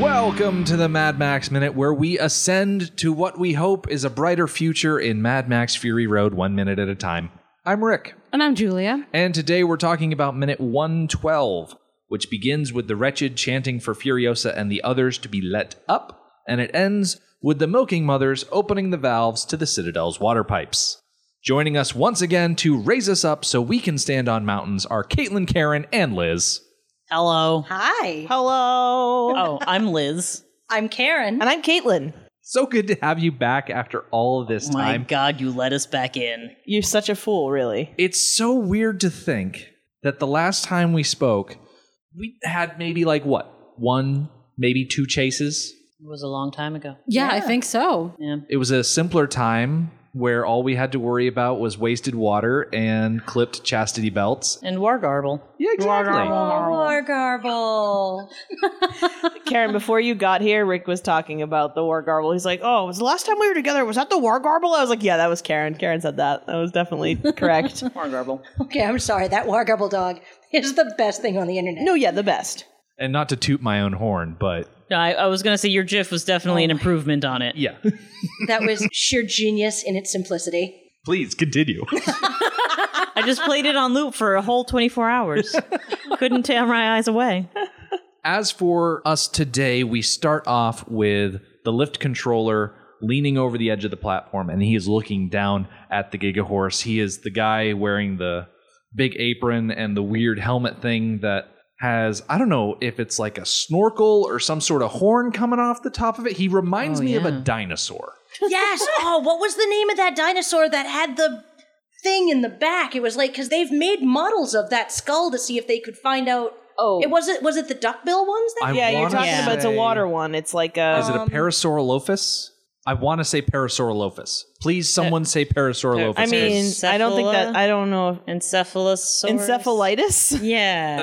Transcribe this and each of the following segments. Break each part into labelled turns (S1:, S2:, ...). S1: Welcome to the Mad Max Minute, where we ascend to what we hope is a brighter future in Mad Max Fury Road, one minute at a time. I'm Rick,
S2: And I'm Julia.
S1: and today we're talking about minute 112, which begins with the wretched chanting for Furiosa and the others to be let up, and it ends with the milking mothers opening the valves to the Citadel's water pipes. Joining us once again to raise us up so we can stand on mountains are Caitlin, Karen, and Liz.
S3: Hello.
S4: Hi.
S3: Hello. Oh, I'm Liz.
S4: I'm Karen.
S5: And I'm Caitlin.
S1: So good to have you back after all of this
S3: Oh My
S1: time.
S3: God, you let us back in.
S5: You're such a fool, really.
S1: It's so weird to think that the last time we spoke, we had maybe like what? One, maybe two chases.
S3: It was a long time ago.
S2: Yeah, I think so.
S1: It was a simpler time where all we had to worry about was wasted water and clipped chastity belts.
S3: And Wargarble.
S1: Yeah, exactly.
S4: Wargarble.
S5: Karen, before you got here, Rick was talking about the War Garble. He's like, Oh, was the last time we were together, was that the War Garble? I was like, Yeah, that was Karen. Karen said that. That was definitely correct.
S3: Wargarble.
S4: Okay, I'm sorry. That Wargarble dog is the best thing on the internet.
S5: no, yeah, the best.
S1: And not to toot my own horn, but
S3: No, I, I was going to say your GIF was definitely an improvement on it.
S1: yeah.
S4: That was sheer genius in its simplicity.
S1: Please continue.
S3: I just played it on loop for a whole 24 hours. Couldn't tear my eyes away.
S1: As for us today, we start off with the lift controller leaning over the edge of the platform and he is looking down at the Giga Horse. He is the guy wearing the big apron and the weird helmet thing that has, I don't know if it's like a snorkel or some sort of horn coming off the top of it. He reminds me of a dinosaur.
S4: Yes. Oh, what was the name of that dinosaur that had the thing in the back? It was like because they've made models of that skull to see if they could find out.
S5: Oh.
S4: it was it was it the duckbill ones? That
S1: I
S5: Yeah, you're
S1: wanna
S5: talking
S3: Yeah.
S5: about it's a
S1: say-
S5: water Um, one. It's like a.
S1: Is it a Parasaurolophus? I want to say Parasaurolophus. Please, someone say Parasaurolophus.
S5: Uh, I mean, I don't think that. I don't know.
S3: Encephalosaurus.
S5: Encephalitis?
S3: Yeah.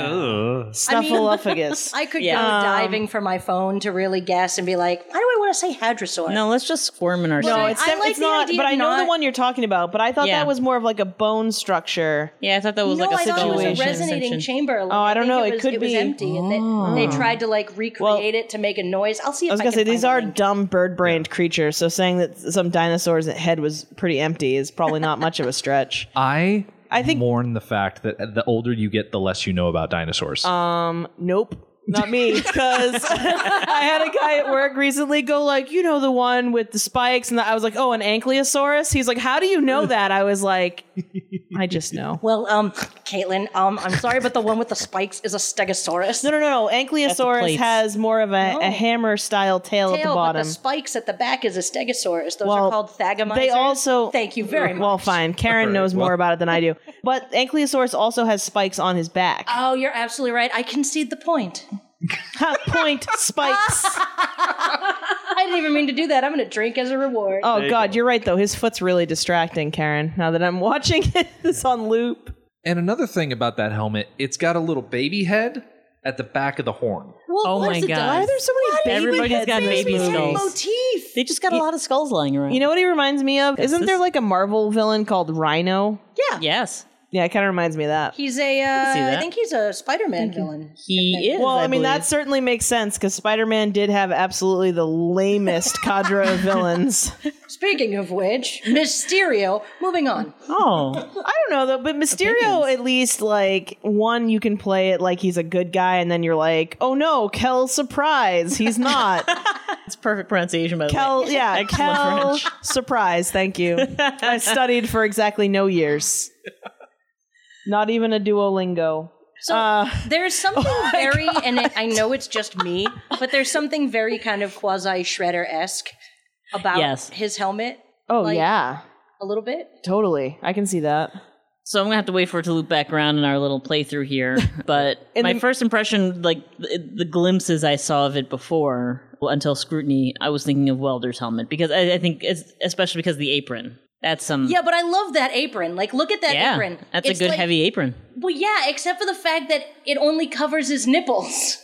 S5: Snuffleupagus.
S4: I could
S3: Yeah.
S4: go diving for my phone to really guess and be like, how do I want to say hadrosaur?
S3: No, let's just squirm in our
S5: no,
S3: seat.
S5: it's,
S4: I
S5: def-
S4: like
S5: it's
S4: the
S5: not,
S4: idea
S5: but I
S4: of
S5: know the
S4: not-
S5: one you're talking about, but I thought
S3: Yeah.
S5: that was more of like a bone structure.
S3: Yeah, I thought that was
S4: no,
S3: like
S4: I
S3: a
S4: thought it was a
S3: situation.
S4: resonating chamber. Like,
S5: Oh, I don't
S4: think
S5: know.
S4: It,
S5: It
S4: was,
S5: could
S4: was
S5: be. Oh.
S4: empty, and they, they tried to like recreate it to make a noise. I'll see if
S5: I
S4: I,
S5: was gonna
S4: can
S5: say these
S4: find a
S5: are
S4: link.
S5: dumb bird-brained creatures, so saying that some dinosaur's head was pretty empty is probably not much of a stretch.
S1: I
S5: I think-
S1: mourn the fact that the older you get, the less you know about dinosaurs.
S5: Um, Nope. Not me, because I had a guy at work recently go like, you know, the one with the spikes, and the, I was like, oh, an ankylosaurus. He's like, how do you know that? I was like, I just know.
S4: Well, um, Caitlin, um, I'm sorry, but the one with the spikes is a stegosaurus.
S5: No, no, no. Ankylosaurus
S3: plates.
S5: has more of a, a hammer-style tail, at the
S4: Tail, but
S5: bottom.
S4: the spikes at the back is a stegosaurus. Those are
S5: Well,
S4: called thagomizers.
S5: They also
S4: Thank you very
S5: Well,
S4: much.
S5: fine. Karen knows more about it than I do, but ankylosaurus also has spikes on his back.
S4: Oh, you're absolutely right. I concede the point.
S5: Ha, Point spikes.
S4: I didn't even mean to do that. I'm going to drink as a reward.
S5: Oh God, you're right though. His foot's really distracting, Karen. Now that I'm watching it, it's on loop.
S1: and another thing about that helmet, it's got a little baby head at the back of the horn.
S4: well,
S3: oh
S4: what
S3: my
S4: is it,
S3: God.
S4: Why are there so many baby
S3: Everybody's
S4: heads
S3: got
S4: in this
S3: baby
S4: movie?
S3: skulls.
S4: motif?
S3: They just got a lot of skulls lying around.
S5: You know what he reminds me of? Isn't there
S3: this-
S5: like a Marvel villain called Rhino?
S4: Yeah.
S3: Yes.
S5: Yeah, it kind of reminds me of that.
S4: He's a. Uh,
S3: see
S4: I
S3: that.
S4: think he's a Spider-Man villain.
S3: He is.
S5: well, I, mean
S3: believe.
S5: that certainly makes sense because Spider-Man did have absolutely the lamest cadre of villains.
S4: Speaking of which, Mysterio. Moving on.
S3: Oh.
S5: I don't know though, but Mysterio at least like one you can play it like he's a good guy, and then you're like, oh no, Kel surprise, he's not.
S3: It's perfect pronunciation, by the way.
S5: Kel, yeah,
S3: Excellent
S5: Kel
S3: French.
S5: surprise. Thank you. I studied for exactly no years. Not even a Duolingo. Uh,
S4: So there's
S3: Oh
S4: something very, and it, I know it's just me, but there's something very kind of quasi Shredder esque about
S3: Yes.
S4: his helmet
S5: Oh
S4: Like-
S5: yeah,
S4: a little bit.
S5: totally. I can see that.
S3: So I'm gonna have to wait for it to loop back around in our little playthrough here. But
S5: And
S3: my
S5: the-
S3: first impression, like the, the glimpses I saw of it before well, until scrutiny, I was thinking of Welder's helmet because I, I think, it's, especially because of the apron. That's some
S4: Yeah, but I love that apron. Like, look at that
S3: yeah.
S4: apron.
S3: That's
S4: It's
S3: a good
S4: like-
S3: heavy apron.
S4: Well, yeah, except for the fact that it only covers his nipples.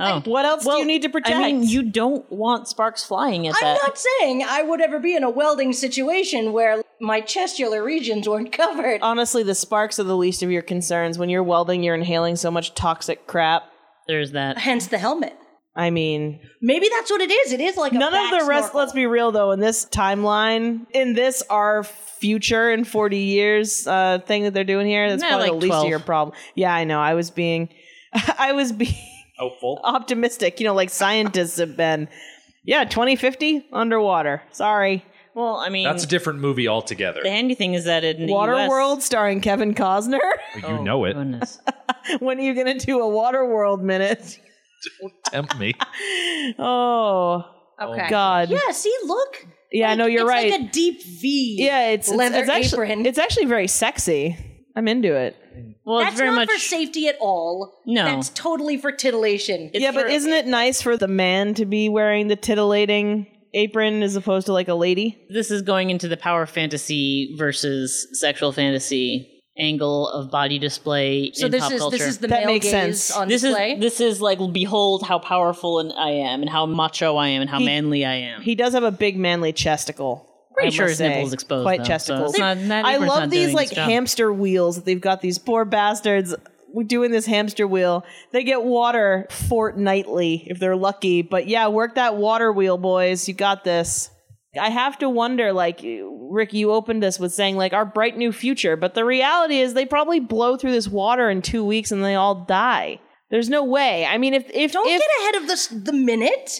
S3: Oh,
S5: What else do you need to protect?
S3: I mean, you don't want sparks flying at
S4: I'm
S3: that.
S4: not saying I would ever be in a welding situation where my chestular regions weren't covered.
S5: honestly, the sparks are the least of your concerns. When you're welding, you're inhaling so much toxic crap.
S3: There's that.
S4: Hence the helmet.
S5: I mean,
S4: Maybe that's what it is. It is like a
S5: none of
S4: back
S5: the rest.
S4: snorkel.
S5: Let's be real, though. In this timeline, in this our future in forty years uh, thing that they're doing here, that's
S3: Nah,
S5: probably
S3: like
S5: the least
S3: 12.
S5: of your problem. Yeah, I know. I was being, I was being
S1: Hopeful.
S5: Oh, optimistic. You know, like scientists have been. Yeah, twenty fifty underwater. Sorry,
S3: Well, I mean,
S1: That's a different movie altogether.
S3: the handy thing is that in the
S5: Water
S3: US,
S5: World starring Kevin Costner.
S1: you know
S5: Oh,
S1: it.
S3: Goodness.
S5: when are you gonna do a Water World minute?
S1: Tempt me.
S5: Oh
S2: Okay.
S5: God.
S4: Yeah, see, look.
S5: Yeah, no, you're
S4: it's
S5: right.
S4: like a deep V.
S5: yeah, it's, it's,
S4: leather
S5: it's actually
S4: apron.
S5: it's actually very sexy. I'm into it.
S3: Well,
S4: that's
S3: it's very
S4: not
S3: much
S4: for safety at all.
S3: No.
S4: that's totally for titillation.
S5: yeah, but
S3: for-
S5: isn't it nice for the man to be wearing the titillating apron as opposed to like a lady?
S3: this is going into the power fantasy versus sexual fantasy angle of body display
S4: so
S3: in
S4: this
S3: pop
S4: is
S3: culture.
S4: this is the
S5: That
S4: male
S5: makes
S4: gaze
S5: sense.
S4: on
S3: this is
S4: display.
S3: this is like behold how powerful and I am and how macho I am and how manly I am.
S5: He does have a big manly chesticle.
S3: Pretty
S5: I
S3: sure
S5: must
S3: his
S5: say.
S3: nipple's exposed,
S5: Quite
S3: though, so
S5: chesticles.
S3: it's not- that
S5: I
S3: apron's
S5: love
S3: not
S5: these
S3: doing
S5: like
S3: its job.
S5: hamster wheels that they've got. These poor bastards doing this hamster wheel. They get water fortnightly if they're lucky. But yeah, work that water wheel, boys. You got this. I have to wonder, like Rick, you opened this with saying like our bright new future, but the reality is they probably blow through this water in two weeks and they all die. There's no way. I mean, if if
S4: Don't
S5: if,
S4: get ahead of this the minute.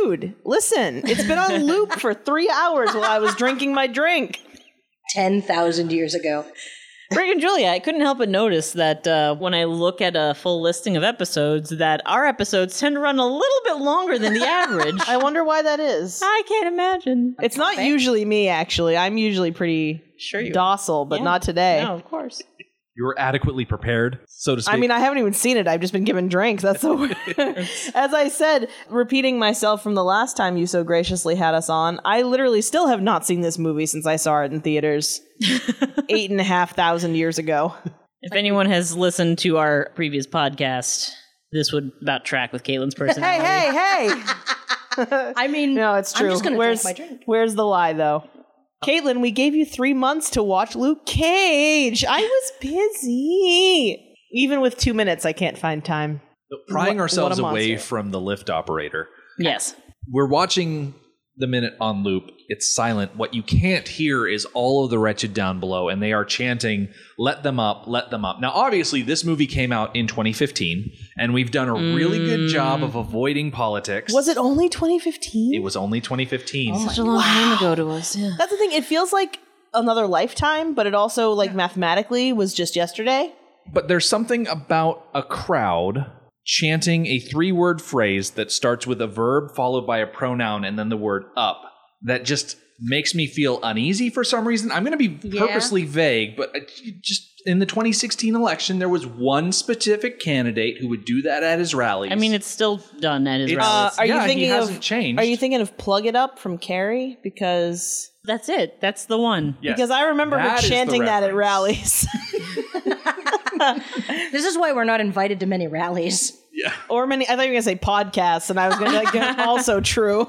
S5: dude, listen, it's been on loop for three hours while I was drinking my drink.
S4: Ten thousand years ago.
S3: Rick and Julia, I couldn't help but notice that uh, when I look at a full listing of episodes, that our episodes tend to run a little bit longer than the average.
S5: I wonder why that is.
S3: I can't imagine.
S5: It's not usually me, actually. I'm usually pretty
S3: Sure you are.
S5: docile, but not today.
S3: No, of course.
S1: You were adequately prepared, so to speak.
S5: I mean, I haven't even seen it. I've just been given drinks. That's the word. As I said, repeating myself from the last time you so graciously had us on, I literally still have not seen this movie since I saw it in theaters eight and a half thousand years ago.
S3: If anyone has listened to our previous podcast, this would about track with Caitlin's
S5: Hey,
S3: personality.
S5: hey, hey!
S4: I mean,
S5: No, it's true.
S4: I'm just gonna
S5: where's,
S4: drink my drink.
S5: Where's the lie, though? Caitlin, we gave you three months to watch Luke Cage. I was busy. Even with two minutes, I can't find time.
S1: prying
S5: what-
S1: ourselves
S5: what a
S1: away
S5: monster.
S1: from the lift operator.
S3: Yes.
S1: We're watching the minute on loop. It's silent. What you can't hear is all of the wretched down below, and they are chanting, Let them up, let them up. Now, obviously, this movie came out in 2015, and we've done a really good job of avoiding politics.
S5: Mm. Was it Oh only
S1: It
S5: 2015?
S1: was only 2015.
S3: Such a long time ago to us. Yeah.
S5: That's the thing. It feels like another lifetime, but it also, like, mathematically was just yesterday.
S1: But there's something about a crowd chanting a three word phrase that starts with a verb followed by a pronoun and then the word up that just makes me feel uneasy for some reason. I'm going to be purposely vague, but I- just in the 2016 election, there was one specific candidate who would do that at his rallies.
S3: I mean, it's still done at his
S1: It's- uh,
S3: rallies.
S5: Uh, are you
S1: yeah,
S5: thinking
S1: he
S5: of-
S1: hasn't changed?
S5: Are you thinking of Plug It Up from Carrie? Because
S3: That's it. That's the one.
S1: Yes.
S5: because I remember
S1: That
S5: her
S1: is the
S5: chanting that at
S1: reference.
S5: rallies
S4: This is why we're not invited to many rallies.
S5: or many. I thought you were going to say podcasts, and I was going to be like, also true.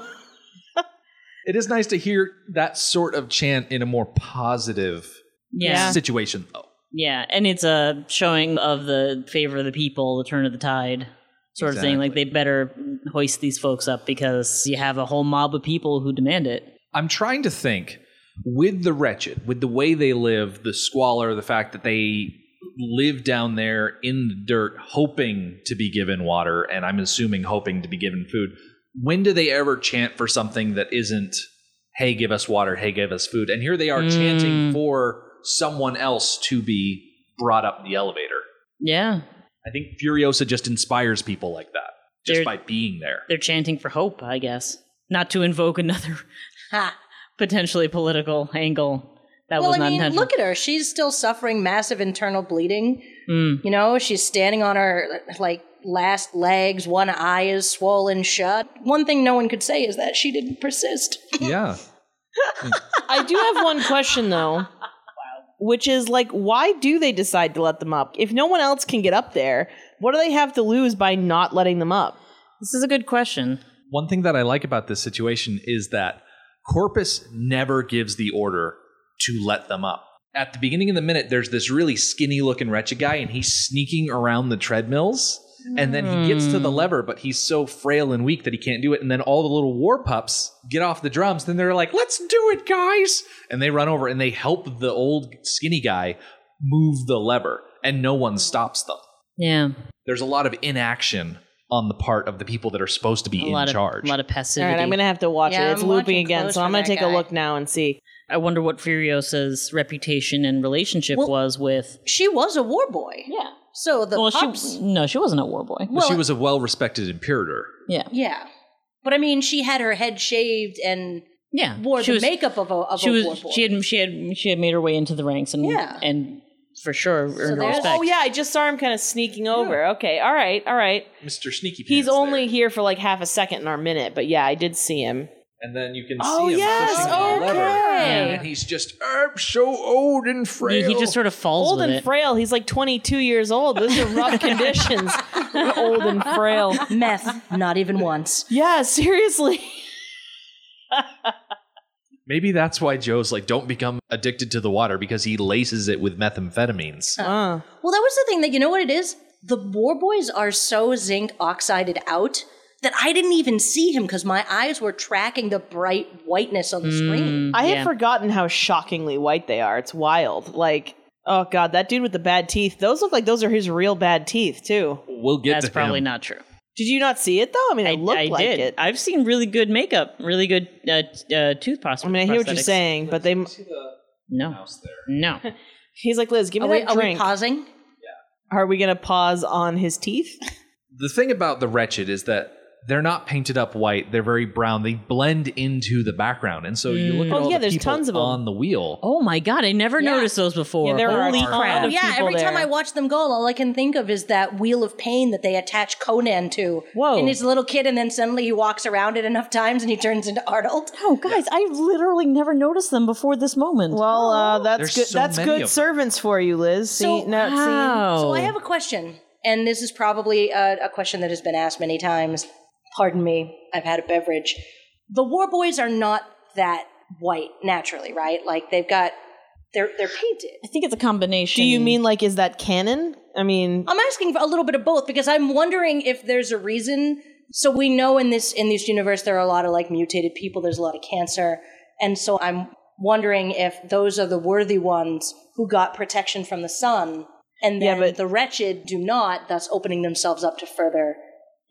S1: It is nice to hear that sort of chant in a more positive
S3: Yeah.
S1: situation, though.
S3: Yeah, and it's a showing of the favor of the people, the turn of the tide sort of thing. Like they better hoist these folks up because you have a whole mob of people who demand it.
S1: I'm trying to think with the wretched, with the way they live, the squalor, the fact that they live down there in the dirt, hoping to be given water, and I'm assuming hoping to be given food. When do they ever chant for something that isn't, hey, give us water, hey, give us food? And here they are chanting for someone else to be brought up the elevator.
S3: Yeah.
S1: I think Furiosa just inspires people like that just
S3: They're-
S1: by being there.
S3: They're chanting for hope, I guess. Not to invoke another
S4: Ha.
S3: potentially political angle. That
S4: Well,
S3: was
S4: I
S3: not
S4: mean,
S3: intentional.
S4: look at her. She's still suffering massive internal bleeding.
S3: Mm.
S4: You know, she's standing on her like last legs. One eye is swollen shut. One thing no one could say is that she didn't persist.
S1: Yeah.
S5: I do have one question though. Which is like, why do they decide to let them up? If no one else can get up there, what do they have to lose by not letting them up?
S3: this is a good question.
S1: one thing that I like about this situation is that Corpus never gives the order to let them up. At the beginning of the minute, there's this really skinny looking wretched guy, and he's sneaking around the treadmills. and then he gets to the
S3: Hmm.
S1: lever, but he's so frail and weak that he can't do it. And then all the little war pups get off the drums. Then they're like, "Let's do it, guys!" And they run over and they help the old skinny guy move the lever, and no one stops them.
S3: Yeah.
S1: There's a lot of inaction on the part of the people that are supposed to be
S3: A
S1: in
S3: lot
S1: charge.
S3: of a lot of passivity.
S5: All right, I'm gonna have to watch
S4: Yeah,
S5: it. It's
S4: I'm
S5: looping
S4: watching
S5: again,
S4: close
S5: so
S4: for
S5: I'm gonna
S4: that
S5: take a
S4: guy.
S5: look now and see.
S3: I wonder what Furiosa's reputation and relationship
S4: Well-
S3: was with.
S4: She was a war boy.
S3: Yeah.
S4: So the
S3: Well,
S4: pups.
S3: she no, she wasn't a war boy.
S1: But she
S4: well-
S1: was a well-respected imperator.
S3: Yeah.
S4: yeah. But I mean, she had her head shaved and
S3: Yeah.
S4: wore
S3: she
S4: the
S3: was,
S4: makeup of a, of
S3: She
S4: a
S3: was.
S4: war boy.
S3: She had. She had. She had made her way into the ranks and
S4: Yeah.
S3: and for sure earned her
S4: there's-
S3: respect.
S5: Oh yeah, I just saw him kind of sneaking over. Okay, all right, all right.
S1: Mr. Sneaky Pants.
S5: He's only
S1: there.
S5: here for like half a second in our minute, but yeah, I did see him.
S1: and then you can
S5: Oh,
S1: see him
S5: yes,
S1: pushing the lever,
S5: okay.
S1: and he's just "I'm so old and
S3: He,
S1: frail.
S3: he just sort of falls
S5: Old
S3: with
S5: and
S3: it.
S5: frail. He's like 22 years old. Those are rough conditions. Old and frail.
S4: Meth, not even once.
S5: Yeah, seriously.
S1: Maybe that's why Joe's like, don't become addicted to the water because he laces it with methamphetamines.
S5: Uh,
S4: Well, that was the thing that you know what it is. The war boys are so zinc oxided out that I didn't even see him because my eyes were tracking the bright whiteness on the
S3: Hmm. Mm,
S4: screen.
S5: I had forgotten how shockingly white they are. It's wild. Like, oh god, that dude with the bad teeth. Those look like those are his real bad teeth too.
S1: We'll get
S3: That's
S1: to
S3: probably
S1: him.
S3: not true.
S5: Did you not see it though? I mean, it looked
S3: I
S5: like
S3: did.
S5: it. I,
S3: I've seen really good makeup, really good uh, t- uh, tooth prosthetics.
S5: mean, I hear what you're saying, but they.
S3: No, no.
S5: He's like, Liz, give
S4: Are
S5: me
S4: we,
S5: that
S4: are we
S5: drink.
S4: pausing?
S5: Are we gonna pause on his teeth?
S1: The thing about the wretched is that they're not painted up white; they're very brown. They blend into the background, and so you look at
S5: Oh,
S1: all
S5: yeah,
S1: the
S5: there's
S1: people
S5: tons of 'em.
S1: on the wheel.
S3: Oh my god, I never
S4: Yeah.
S3: noticed those before.
S5: Yeah, there are a
S3: Holy
S5: ton.
S3: crap!
S5: Oh,
S4: Yeah,
S5: people
S4: every time
S5: there.
S4: I watch them go, all I can think of is that wheel of pain that they attach Conan to.
S5: Whoa.
S4: And he's a little kid, and then suddenly he walks around it enough times and he turns into Arnold.
S3: Oh, guys, I literally never noticed them before this moment.
S5: Well, uh, that's
S1: There's
S5: good.
S1: so
S5: that's
S1: many of them.
S5: good servants for you, Liz.
S4: So-
S5: see, not
S3: wow.
S4: So I have a question, and this is probably a, a question that has been asked many times. Pardon me, I've had a beverage. The war boys are not that white naturally, right? Like they've got they're they're painted.
S3: I think it's a combination.
S5: Do you mean like is that canon? I mean,
S4: I'm asking for a little bit of both because I'm wondering if there's a reason. So we know in this in this universe there are a lot of like mutated people. There's a lot of cancer, and so I'm wondering if those are the worthy ones who got protection from the sun, and then
S5: Yeah, but-
S4: the wretched do not, thus opening themselves up to further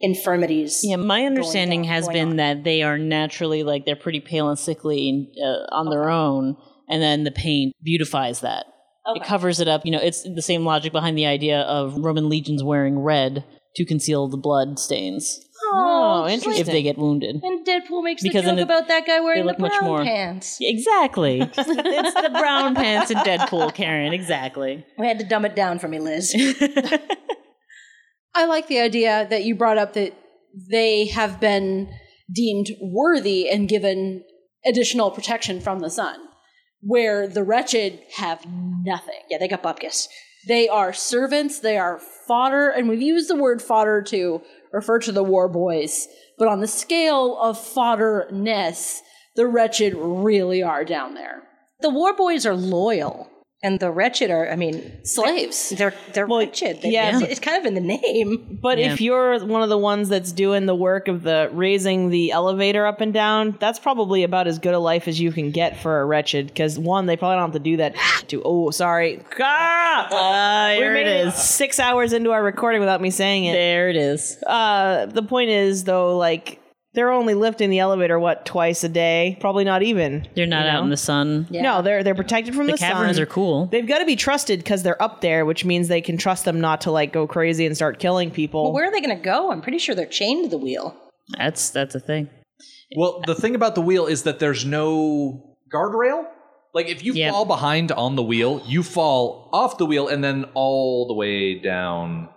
S4: infirmities.
S3: Yeah, my understanding
S4: down,
S3: has
S4: going
S3: been
S4: on.
S3: that they are naturally like they're pretty pale and sickly and, uh, on their own, and then the paint beautifies that. It
S4: Okay.
S3: covers it up. You know, it's the same logic behind the idea of Roman legions wearing red to conceal the blood stains
S5: Oh,
S4: it's just
S5: interesting.
S3: if they get wounded.
S4: Like, and Deadpool makes
S3: Because
S4: the
S3: then
S4: joke
S3: it-
S4: about that guy wearing the
S3: look
S4: brown
S3: much more-
S4: pants.
S3: Exactly. it's the brown pants and Deadpool, Karen. Exactly.
S4: We had to dumb it down for me, Liz.
S2: I like the idea that you brought up that they have been deemed worthy and given additional protection from the sun, where the wretched have nothing.
S4: yeah, they got bupkis.
S2: They are servants, they are fodder, and we've used the word fodder to refer to the war boys, but on the scale of fodderness, the wretched really are down there.
S4: The war boys are loyal, and the wretched are. I mean,
S2: Slaves.
S4: They're they're wretched. They-
S5: yeah.
S4: it's, it's kind of in the name.
S5: but if you're one of the ones that's doing the work of the raising the elevator up and down, that's probably about as good a life as you can get for a wretched. Because one, they probably don't have to do that to. Oh, sorry. Ah!
S3: Ah,
S5: We
S3: there
S5: made
S3: it
S5: it
S3: is.
S5: six hours into our recording without me saying it.
S3: There it is.
S5: Uh, the point is though, like they're only lifting the elevator what twice a day, probably not even.
S3: They're not out in the sun.
S5: No, they're they're protected from the,
S3: The caverns
S5: sun.
S3: are cool.
S5: They've got to be trusted because they're up there, which means they can trust them not to like go crazy and start killing people.
S4: Where are they going to go? I'm pretty sure they're chained to the wheel.
S3: That's that's a thing.
S1: Well, the thing about the wheel is that there's no guardrail. Like if you
S3: Yeah.
S1: fall behind on the wheel, you fall off the wheel and then all the way down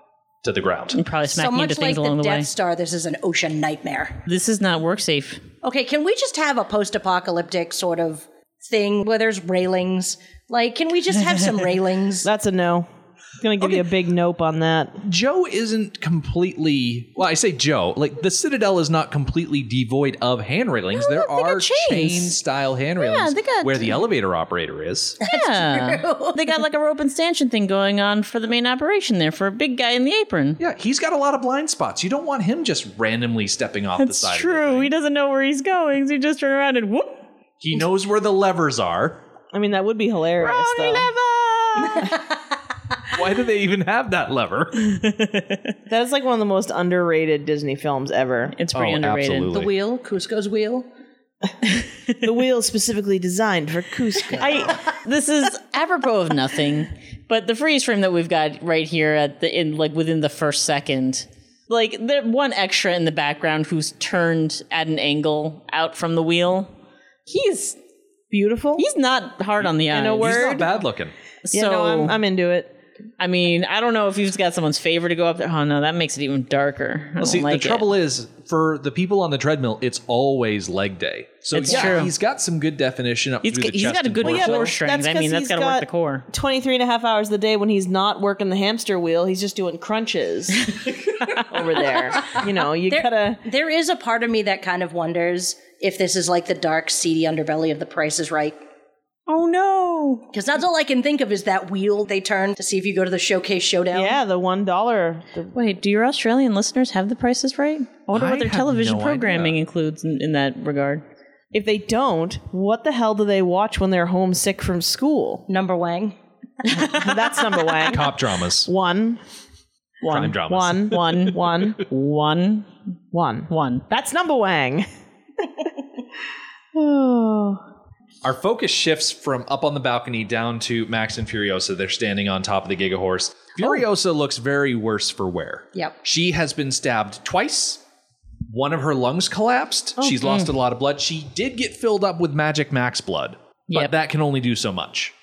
S1: to the ground.
S3: And probably
S4: So
S3: smacking into
S4: much like
S3: things
S4: the,
S3: along the,
S4: Death
S3: way.
S4: Star, this is an ocean nightmare.
S3: This is not work safe.
S4: Okay, can we just have a post-apocalyptic sort of thing where there's railings? Like, can we just have some railings?
S5: That's a no. gonna give you a big nope on that.
S1: Joe isn't completely well. I say Joe, like the Citadel is not completely devoid of hand railings. there are
S3: chains.
S1: chain-style hand railings
S3: they got-
S1: where the elevator operator is.
S3: yeah. they got like a rope and stanchion thing going on for the main operation there for a big guy in the apron.
S1: yeah, he's got a lot of blind spots. You don't want him just randomly stepping off the side. of the
S3: True.
S1: thing.
S3: He doesn't know where he's going, so he just turned around and whoop.
S1: He knows where the levers are.
S5: I mean, that would be hilarious. though.
S1: Why do they even have that lever?
S5: That is like one of the most underrated Disney films ever.
S3: It's pretty
S1: Oh,
S3: underrated.
S1: absolutely.
S3: The wheel.
S4: Wheel, Cusco's wheel.
S5: the wheel specifically designed for Cusco.
S3: I, this is apropos of nothing, but the freeze frame that we've got right here at the in like within the first second, like the one extra in the background who's turned at an angle out from the wheel, he's
S5: Beautiful.
S3: he's not hard on the eyes.
S5: In a
S1: He's
S5: word.
S1: not bad looking.
S3: so
S5: yeah, no, I'm, I'm into it.
S3: I mean, I don't know if he's got someone's favor to go up there. Oh no, that makes it even darker. I don't
S1: See,
S3: like
S1: the
S3: it.
S1: trouble is for the people on the treadmill, it's always leg day. So
S3: It's
S1: yeah,
S3: true.
S1: he's got some good definition up
S3: He's,
S1: through
S3: got,
S1: the
S3: he's
S1: chest.
S3: got a
S1: and
S3: good
S1: torso.
S5: yeah, but
S3: core strength.
S5: that's
S3: I
S5: 'cause
S3: mean, that's
S5: he's
S3: got to work
S5: got-
S3: the core.
S5: 23 and a half hours a day when he's not working the hamster wheel. He's just doing crunches over there. You know, you gotta.
S4: There is a part of me that kind of wonders if this is like the dark, seedy underbelly of The Price is Right.
S5: Oh no.
S4: Because that's all I can think of is that wheel they turn to see if you go to the showcase showdown.
S5: Yeah, the one dollar.
S3: Wait, do your Australian listeners have the prices right? I wonder
S1: I
S3: what their
S1: have
S3: television
S1: no
S3: programming
S1: idea.
S3: includes in, in that regard.
S5: If they don't, what the hell do they watch when they're homesick from school?
S4: Number Wang.
S5: That's number one.
S1: Cop dramas,
S5: One,
S1: crime dramas.
S5: one,
S3: One,
S5: one,
S3: one,
S5: one.
S3: one.
S5: That's number Wang. oh.
S1: Our focus shifts from up on the balcony down to Max and Furiosa. They're standing on top of the Giga Horse.
S3: Oh.
S1: Furiosa looks very worse for wear.
S4: Yep.
S1: She has been stabbed twice. One of her lungs collapsed.
S3: Oh,
S1: She's lost a lot of blood. She did get filled up with Magic Max blood, but
S3: Yep.
S1: that can only do so much.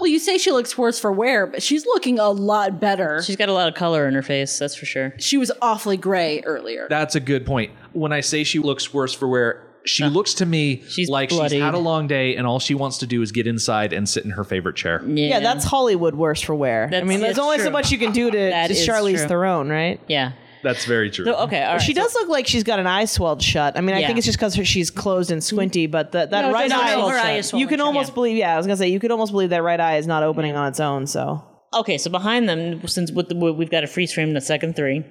S2: Well, you say she looks worse for wear, but she's looking a lot better.
S3: She's got a lot of color in her face, that's for sure.
S2: She was awfully gray earlier.
S1: That's a good point. When I say she looks worse for wear, she looks to me
S3: She's
S1: like
S3: bloodied.
S1: she's had a long day and all she wants to do is get inside and sit in her favorite chair.
S5: Yeah, that's Hollywood worse for wear. I
S3: That's-
S5: mean, there's
S3: that's
S5: only so
S3: true.
S5: much you can do to,
S3: That
S5: to
S3: is
S5: Charlize
S3: true.
S5: Theron, right?
S3: yeah.
S1: That's very true.
S3: So, okay, all right.
S5: She does look like she's got an eye swelled shut. I mean, I
S3: Yeah.
S5: think it's just because she's closed and squinty, but the, that
S3: it
S5: right
S3: doesn't
S5: eye,
S3: look her eye
S4: is
S5: you
S4: swollen
S5: can
S4: shut.
S5: almost believe. Yeah, I was gonna say you could almost believe that right eye is not opening on its own. So
S3: okay, so behind them, since with the, we've got a freeze frame in the second three,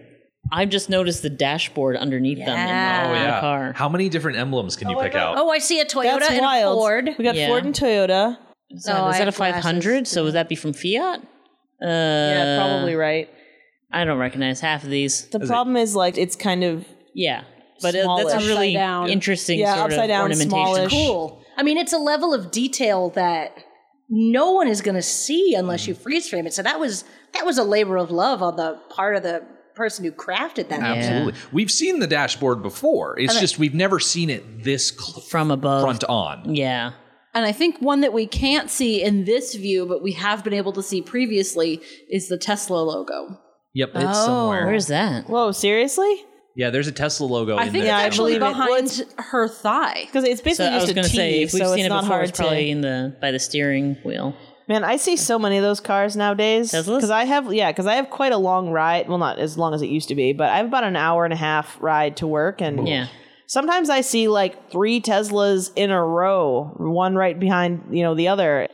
S3: I've just noticed the dashboard underneath them in
S4: Yeah.
S3: the, in the
S1: Oh, Yeah.
S3: car.
S1: How many different emblems can you pick out?
S4: Oh, I see a Toyota
S5: that's
S4: and
S5: wild.
S4: a Ford.
S5: We got
S3: Yeah.
S5: Ford and Toyota.
S3: So
S4: Oh,
S3: is
S4: I
S3: that a
S4: have glasses.
S3: 500? So would that be from Fiat? Uh,
S5: yeah, probably right.
S3: I don't recognize half of these.
S5: The problem is like it's kind of
S3: Yeah, but uh,
S5: Smallish.
S3: that's a really
S2: Upside down.
S3: interesting
S5: Yeah,
S3: sort
S5: upside
S3: of
S5: down,
S3: ornamentation.
S5: smallish.
S4: Cool. I mean, it's a level of detail that no one is going to see unless
S5: Mm.
S4: you freeze frame it. So that was that was a labor of love on the part of the person who crafted that.
S1: Absolutely. We've seen the dashboard before. It's just we've never seen it this cl-
S3: from above.
S1: front on.
S3: Yeah,
S2: And I think one that we can't see in this view, but we have been able to see previously, is the Tesla logo.
S1: Yep, it's somewhere.
S3: where's that?
S5: whoa, seriously?
S1: yeah, there's a Tesla logo
S2: I
S1: in
S2: think
S1: there.
S5: I
S2: it's actually
S5: believe it. Well,
S2: behind her thigh.
S5: Because it's
S3: So
S5: basically
S3: I was
S5: just a
S3: going to
S5: T,
S3: say if we've
S5: so
S3: seen
S5: it's
S3: it
S5: not
S3: before,
S5: hard
S3: it's probably in the by the steering wheel.
S5: Man, I see so many of those cars nowadays.
S3: Teslas?
S5: Because I have, yeah, because I have quite a long ride. Well, not as long as it used to be, but I have about an hour and a half ride to work, and
S3: Yeah,
S5: sometimes I see like three Teslas in a row, one right behind you know the other.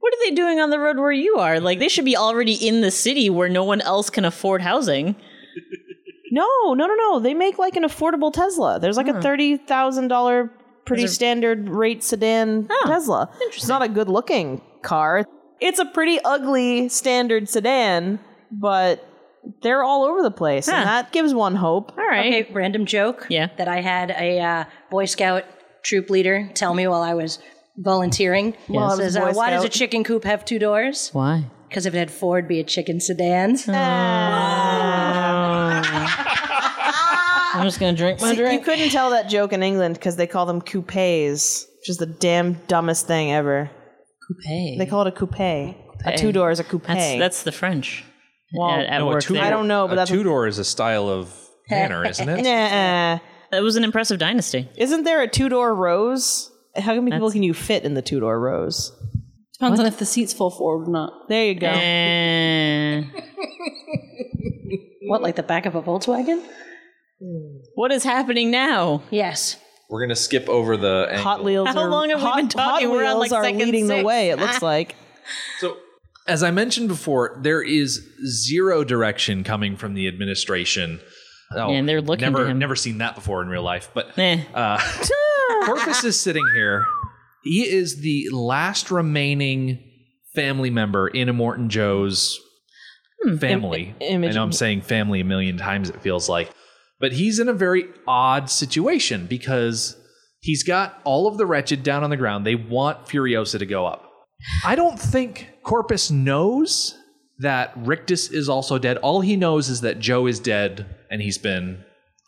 S3: what are they doing on the road where you are? Like they should be already in the city where no one else can afford housing.
S5: No, no, no, no. They make like an affordable Tesla. There's like a thirty thousand dollar pretty standard rate sedan Tesla. It's not a good looking car. It's a pretty ugly standard sedan, but they're all over the place, and that gives one hope.
S3: All right.
S4: Okay, random joke.
S3: Yeah.
S4: That I had a uh, Boy Scout troop leader tell me while I was volunteering.
S5: I was a
S4: says,
S5: Boy
S4: uh, why does a
S5: Scout."
S4: chicken coop have two doors?
S3: Why?
S4: Because if it had four, it'd be a chicken sedan.
S3: I'm just going to drink my
S5: You
S3: drink.
S5: couldn't tell that joke in England because they call them coupes, which is the damn dumbest thing ever.
S3: Hey,
S5: They call it a coupe. A two door is a coupe.
S3: that's that's the French. at, at
S1: No, a
S3: work
S1: two-door-
S3: there.
S5: I don't know, but
S1: a
S5: that's-
S1: two door is a style of manner, isn't it?
S5: Nah.
S3: That was an impressive dynasty.
S5: Isn't there a two door rose? How many people can you fit in the two door rose?
S2: Depends on if the seat's full forward or not.
S5: There you go.
S3: Eh.
S4: What, like the back of a Volkswagen?
S3: what is happening now?
S4: Yes.
S1: We're gonna skip over the angle.
S5: Hot Wheels.
S3: How
S5: are,
S3: long have we
S5: Hot-
S3: been talking?
S5: Hot
S3: We're on, like,
S5: Wheels are
S3: second
S5: leading the
S3: six.
S5: way. It looks like.
S1: So, as I mentioned before, there is zero direction coming from the administration. Oh,
S3: And they're looking to
S1: never
S3: him.
S1: never seen that before in real life. But
S3: Eh.
S1: uh, Corpus is sitting here. He is the last remaining family member in a Morton Joe's family.
S5: Im-
S1: I know I'm saying family a million times, it feels like. But he's in a very odd situation because he's got all of the wretched down on the ground. They want Furiosa to go up. I don't think Corpus knows that Rictus is also dead. All he knows is that Joe is dead and he's been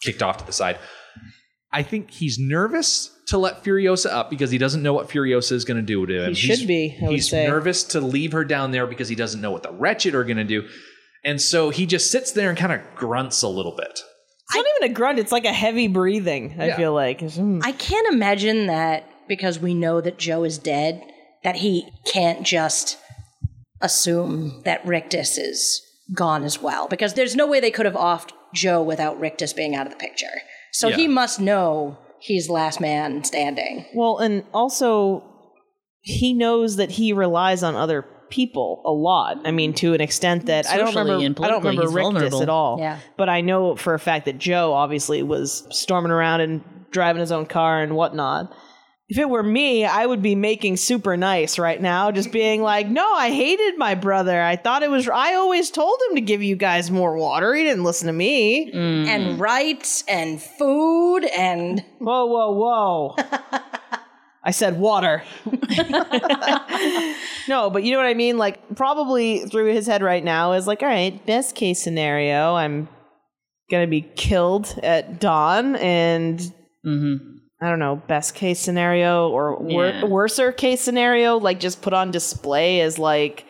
S1: kicked off to the side. I think he's nervous to let Furiosa up because he doesn't know what Furiosa is going to do to him.
S5: He should be, I would
S1: he's
S5: say.
S1: nervous to leave her down there because he doesn't know what the wretched are going to do. And so he just sits there and kind of grunts a little bit.
S5: It's not even a grunt. It's like a heavy breathing. I
S1: Yeah.
S5: feel like. Mm.
S4: I can't imagine that because we know that Joe is dead, that he can't just assume that Rictus is gone as well. Because there's no way they could have offed Joe without Rictus being out of the picture. So
S1: Yeah.
S4: he must know he's last man standing.
S5: Well, and also he knows that he relies on other people a lot. I mean, to an extent that I don't
S3: Socially
S5: remember.
S3: and
S5: I don't
S3: politically,
S5: remember
S3: he's
S5: Rictus
S3: vulnerable.
S5: at all.
S4: Yeah.
S5: But I know for a fact that Joe obviously was storming around and driving his own car and whatnot. If it were me, I would be making super nice right now, just being like, "No, I hated my brother. I thought it was. I always told him to give you guys more water. He didn't listen to me."
S4: And rights and food and
S5: Whoa, whoa, whoa. I said water. no, but you know what I mean? Like, probably through his head right now is like, all right, best case scenario, I'm going to be killed at dawn. And
S3: Mhm.
S5: I don't know, best case scenario or wor-
S3: Yeah.
S5: worser case scenario, like, just put on display as like,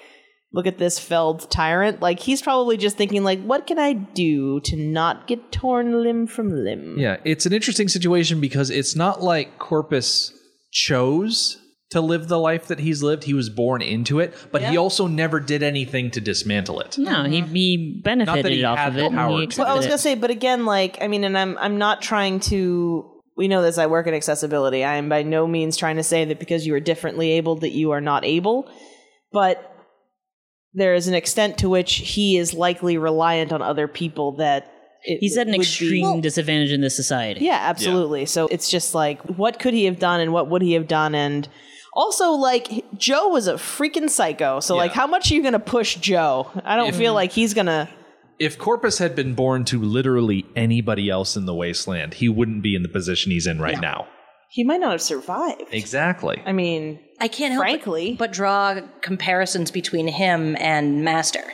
S5: look at this felled tyrant. Like, he's probably just thinking, like, what can I do to not get torn limb from limb?
S1: Yeah, it's an interesting situation because it's not like Corpus chose to live the life that he's lived. He was born into it, but he also never did anything to dismantle it.
S3: No, he, he benefited
S1: mm-hmm. he
S3: off
S1: had
S3: of
S1: the
S3: it. and
S1: power
S3: he
S1: to.
S3: accepted
S1: Well,
S5: I was
S3: it.
S5: gonna say, but again, like I mean, and I'm I'm not trying to. We know this. I work in accessibility. I am by no means trying to say that because you are differently abled that you are not able, but there is an extent to which he is likely reliant on other people that it
S3: He's at an
S5: would be-
S3: extreme disadvantage in this society.
S5: yeah, absolutely. So it's just like, what could he have done and what would he have done? And also, like, Joe was a freaking psycho. So, like,
S1: Yeah.
S5: how much are you going to push Joe? I don't
S1: If-
S5: feel like he's going to.
S1: If Corpus had been born to literally anybody else in the wasteland, he wouldn't be in the position he's in right now.
S5: He might not have survived.
S1: Exactly.
S5: I mean,
S4: I can't help but-
S5: Frankly.
S4: but, draw comparisons between him and Master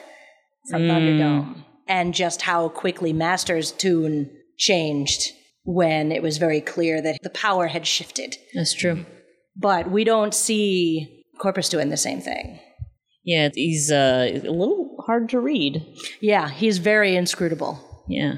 S4: from Thunderdome and just how quickly Master's tune changed when it was very clear that the power had shifted.
S3: That's true.
S4: But we don't see Corpus doing the same thing.
S3: Yeah, he's uh, a little hard to read.
S4: Yeah, he's very inscrutable.
S3: Yeah.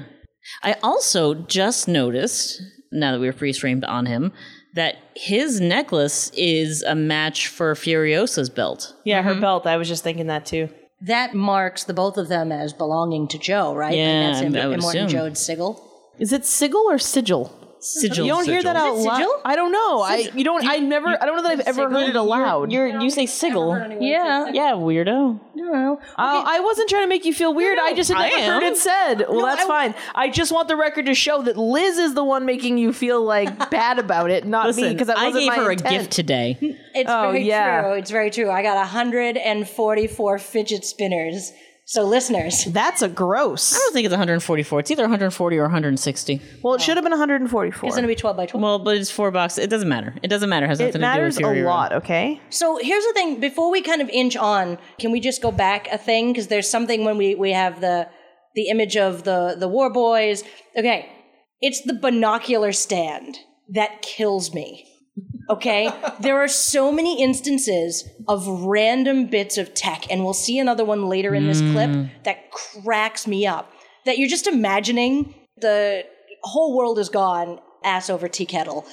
S3: I also just noticed, now that we were freeze framed on him, that his necklace is a match for Furiosa's belt.
S5: Yeah, her belt. I was just thinking that too.
S4: That marks the both of them as belonging to Joe, right?
S3: Yeah,
S4: like that's in,
S3: I would
S4: in Morton
S3: assume.
S4: Joe's sigil.
S5: Is it sigil or sigil?
S3: Sigil.
S5: You don't hear that out
S4: Is it
S5: loud.
S4: sigil?
S5: I don't know. I you don't. I never. I don't know that I've ever heard it aloud.
S3: You're, you say sigil.
S4: Yeah.
S3: Yeah, weirdo.
S5: Uh, I, I wasn't trying to make you feel weird. I just had
S3: I
S5: never
S3: am.
S5: heard it said. Well, that's fine. I just want the record to show that Liz is the one making you feel like bad about it, not me,
S3: Listen,
S5: because that
S3: I
S5: wasn't
S3: gave
S5: my
S3: her
S5: intent.
S3: a gift today.
S4: It's
S5: Oh,
S4: very
S5: yeah.
S4: true. It's very true. I got 144 fidget spinners. So, listeners,
S5: That's a gross.
S3: I don't think it's 144. It's either 140 or 160.
S5: well, it should have been 144.
S4: it's going to be 12 by 12.
S3: Well, but it's four bucks. It doesn't matter. It doesn't matter. It has
S5: it
S3: nothing
S5: matters
S3: to do with
S5: a
S3: Fury Road.
S5: lot. Okay.
S4: So here's the thing. Before we kind of inch on, can we just go back a thing? Because there's something when we, we have the the image of the the war boys. Okay, it's the binocular stand that kills me. Okay, there are so many instances of random bits of tech, and we'll see another one later in this clip that cracks me up. That you're just imagining the whole world is gone ass over tea kettle,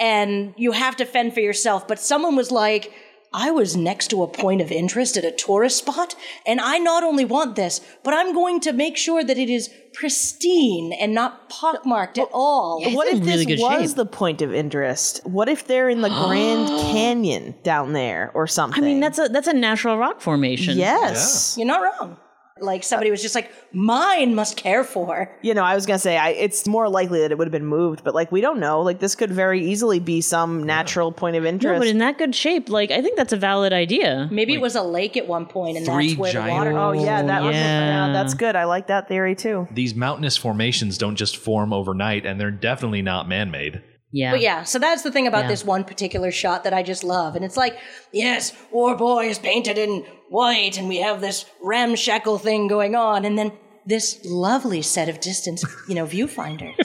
S4: and you have to fend for yourself. But someone was like, I was next to a point of interest at a tourist spot, and I not only want this, but I'm going to make sure that it is pristine and not pockmarked at all.
S5: what
S3: in
S5: if
S3: really
S5: this
S3: good
S5: was
S3: shape.
S5: the point of interest? What if they're in the Grand Canyon down there or something?
S3: I mean, that's a that's a natural rock formation.
S5: yes.
S4: You're not wrong. Like somebody was just like, mine must care for.
S5: You know, I was gonna say I, it's more likely that it would have been moved, but like we don't know. Like this could very easily be some natural point of
S3: No,
S5: interest.
S3: but in that good shape, like I think that's a valid idea.
S4: Maybe it was a lake at one point, and
S1: Three
S4: that's where the
S1: giant-
S4: water.
S5: oh yeah, that was
S3: yeah.
S5: yeah, that's good. I like that theory too.
S1: These mountainous formations don't just form overnight, and they're definitely not man-made.
S3: Yeah.
S4: Oh, But yeah, so that's the thing about this one particular shot that I just love. And it's like, yes, War Boy is painted in white, and we have this ramshackle thing going on, and then this lovely set of distance, you know, viewfinders.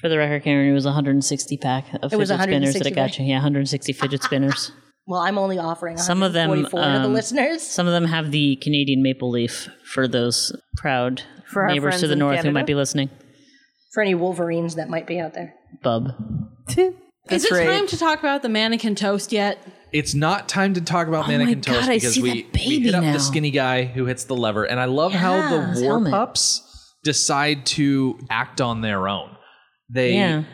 S3: For the record, Karen, it was 160 pack of fidget
S4: was
S3: spinners that
S4: 160
S3: it got you. Yeah, 160 fidget spinners.
S4: well, I'm only offering
S3: Some of them,
S4: 144 to the
S3: um,
S4: listeners.
S3: Some of them have the Canadian maple leaf for those proud
S5: For our
S3: neighbors to
S5: friends
S3: the
S5: in
S3: north who
S5: Canada?
S3: might be listening.
S4: For any Wolverines that might be out there.
S3: Bub.
S2: Is it
S5: right.
S2: time to talk about the mannequin toast yet?
S1: It's not time to talk about mannequin
S3: Oh God,
S1: toast
S3: I
S1: because
S3: see
S1: we,
S3: that baby
S1: we hit up
S3: now.
S1: the skinny guy who hits the lever, and I love how
S3: Yeah, his
S1: the war
S3: helmet.
S1: pups decide to act on their own. They
S3: Yeah.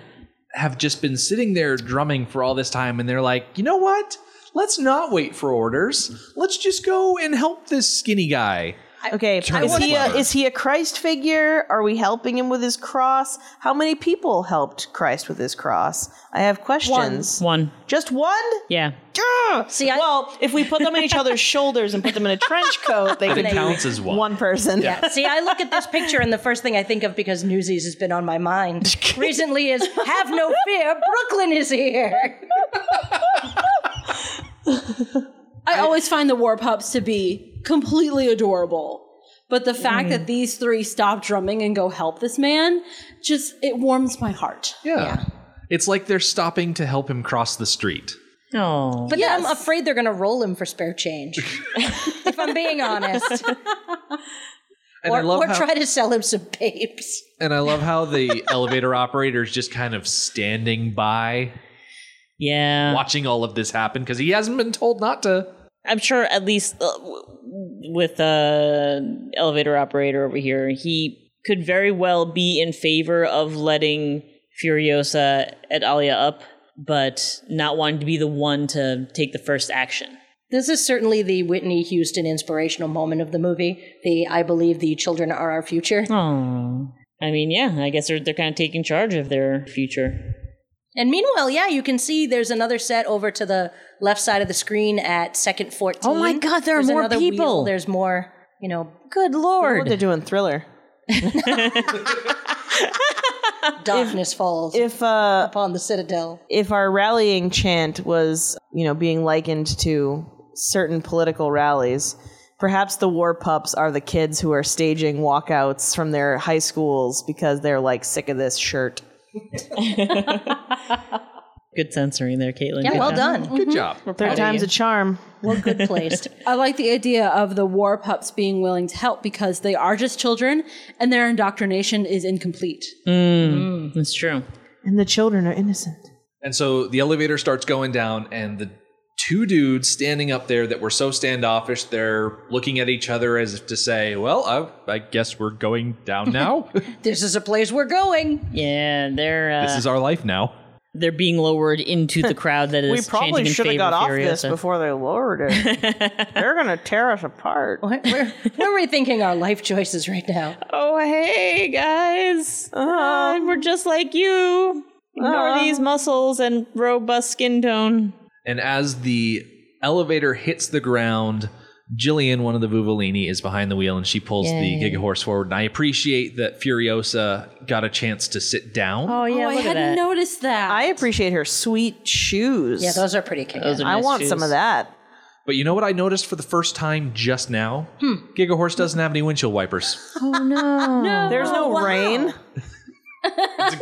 S1: have just been sitting there drumming for all this time, and they're like, you know what? Let's not wait for orders. Let's just go and help this skinny guy.
S5: Okay,
S1: Trying
S5: is
S1: to
S5: he, a,
S1: clever.
S5: is he a Christ figure? Are we helping him with his cross? How many people helped Christ with his cross? I have questions.
S3: One.
S5: Just one?
S3: Yeah.
S5: See, Ah! well, if we put them on each other's shoulders and put them in a trench coat, they
S1: It
S5: can
S1: counts as one.
S5: one person.
S4: Yeah. See, I look at this picture, and the first thing I think of because Newsies has been on my mind recently is have no fear, Brooklyn is here.
S2: I always find the war pups to be completely adorable. But the fact that these three stop drumming and go help this man just it warms my heart.
S1: Yeah. It's like they're stopping to help him cross the street.
S3: Oh.
S4: But then I'm afraid they're going to roll him for spare change. if I'm being honest.
S1: And I
S4: Or,
S1: love
S4: or
S1: how,
S4: try to sell him some papes.
S1: and I love how the elevator operator is just kind of standing by,
S3: yeah.
S1: watching all of this happen because he hasn't been told not to.
S3: I'm sure at least uh, w- with uh, elevator operator over here, he could very well be in favor of letting Furiosa and Alia up, but not wanting to be the one to take the first action.
S4: This is certainly the Whitney Houston inspirational moment of the movie. The I believe the children are our future.
S3: Oh. I mean, yeah, I guess they're, they're kind of taking charge of their future.
S4: And meanwhile, yeah, you can see there's another set over to the left side of the screen at second 14.
S3: Oh my God, there are
S4: There's
S3: more
S4: another wheel.
S3: people.
S4: There's more, you know,
S3: Good
S5: What they're
S3: lord.
S5: doing thriller.
S4: darkness falls
S5: If uh
S4: upon the citadel.
S5: if our rallying chant was, you know, being likened to certain political rallies, perhaps the war pups are the kids who are staging walkouts from their high schools because they're like sick of this shirt.
S3: Good censoring there, Caitlin.
S4: Yeah,
S3: Good
S4: well
S3: job.
S4: done.
S1: Good job.
S5: Third time's a charm.
S4: Well, good placed.
S2: I like the idea of the war pups being willing to help because they are just children and their indoctrination is incomplete.
S3: That's true.
S5: And the children are innocent.
S1: And so the elevator starts going down, and the two dudes standing up there that were so standoffish, they're looking at each other as if to say, Well, I, I guess we're going down now.
S4: this is a place we're going.
S3: Yeah, they're uh,
S1: this is our life now.
S3: they're being lowered into the crowd that is
S5: We probably
S3: changing in
S5: should have
S3: favor
S5: got
S3: of
S5: off this
S3: Furiosa.
S5: before they lowered it. They're gonna tear us apart.
S4: We're, we're, we're rethinking our life choices right now.
S3: Oh, hey, guys. Uh, we're just like you. Ignore these muscles and robust skin tone.
S1: And as the elevator hits the ground, Jillian, one of the Vuvolini, is behind the wheel and she pulls the Giga Horse forward. And I appreciate that Furiosa got a chance to sit down.
S3: Oh, yeah,
S2: oh, I
S3: look at
S2: hadn't
S3: that.
S2: noticed that.
S5: I appreciate her sweet shoes.
S4: Yeah, those are pretty kick
S3: Those are
S5: I
S3: nice
S5: want
S3: shoes.
S5: some of that.
S1: But you know what I noticed for the first time just now? Giga Horse doesn't have any windshield wipers.
S5: There's no rain.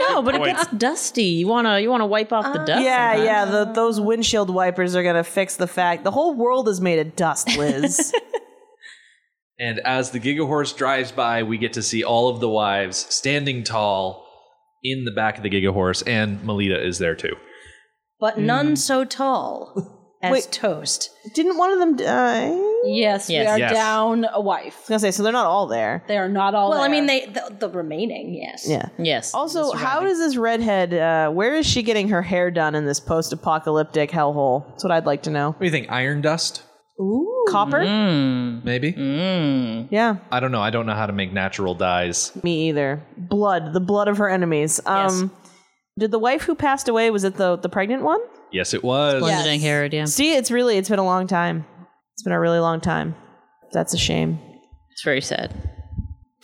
S3: No, but it gets dusty. You wanna you wanna wipe off the dust.
S5: Yeah, yeah. The, those windshield wipers are gonna fix the fact the whole world is made of dust, Liz.
S1: And as the Giga Horse drives by, we get to see all of the wives standing tall in the back of the Giga Horse, and Melita is there too.
S4: but none so tall. as
S5: Wait.
S4: toast.
S5: Didn't one of them die? I was
S2: Yes,
S3: Yes.
S2: we are
S1: Yes.
S2: down a wife.
S5: gonna say, so they're not all there.
S2: They are not all.
S4: Well, I
S2: there.
S4: mean, they the, the remaining, yes.
S5: Yeah.
S3: Yes.
S5: Also, how does this redhead? Uh, where is she getting her hair done in this post-apocalyptic hellhole? That's what I'd like to know.
S1: What do you think? Iron dust?
S5: Copper?
S3: Mm-hmm. Mm,
S1: Maybe?
S5: Yeah.
S1: I don't know. I don't know how to make natural dyes.
S5: Me either. Blood. The blood of her enemies. Um, Did the wife who passed away was it the the pregnant one?
S1: Yes, it was.
S2: Yeah.
S3: Blended
S2: Yes.
S3: Inherit, yeah.
S5: See, it's really it's been a long time. It's been a really long time. That's a shame.
S3: It's very sad.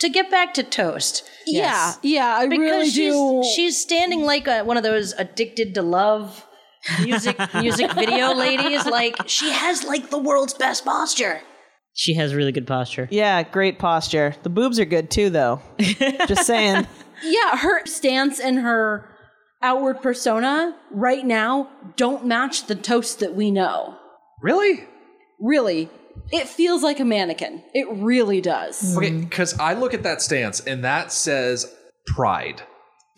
S4: To get back to toast,
S2: yeah, yeah, I really
S4: she's,
S2: do.
S4: she's standing like a, one of those addicted to love music music video ladies. Like she has like the world's best posture.
S3: She has really good posture.
S5: Yeah, great posture. The boobs are good too, though. Just saying.
S2: yeah, her stance and her outward persona right now don't match the toast that we know.
S1: Really?
S2: Really, it feels like a mannequin. It really does.
S1: Okay, because I look at that stance and that says pride.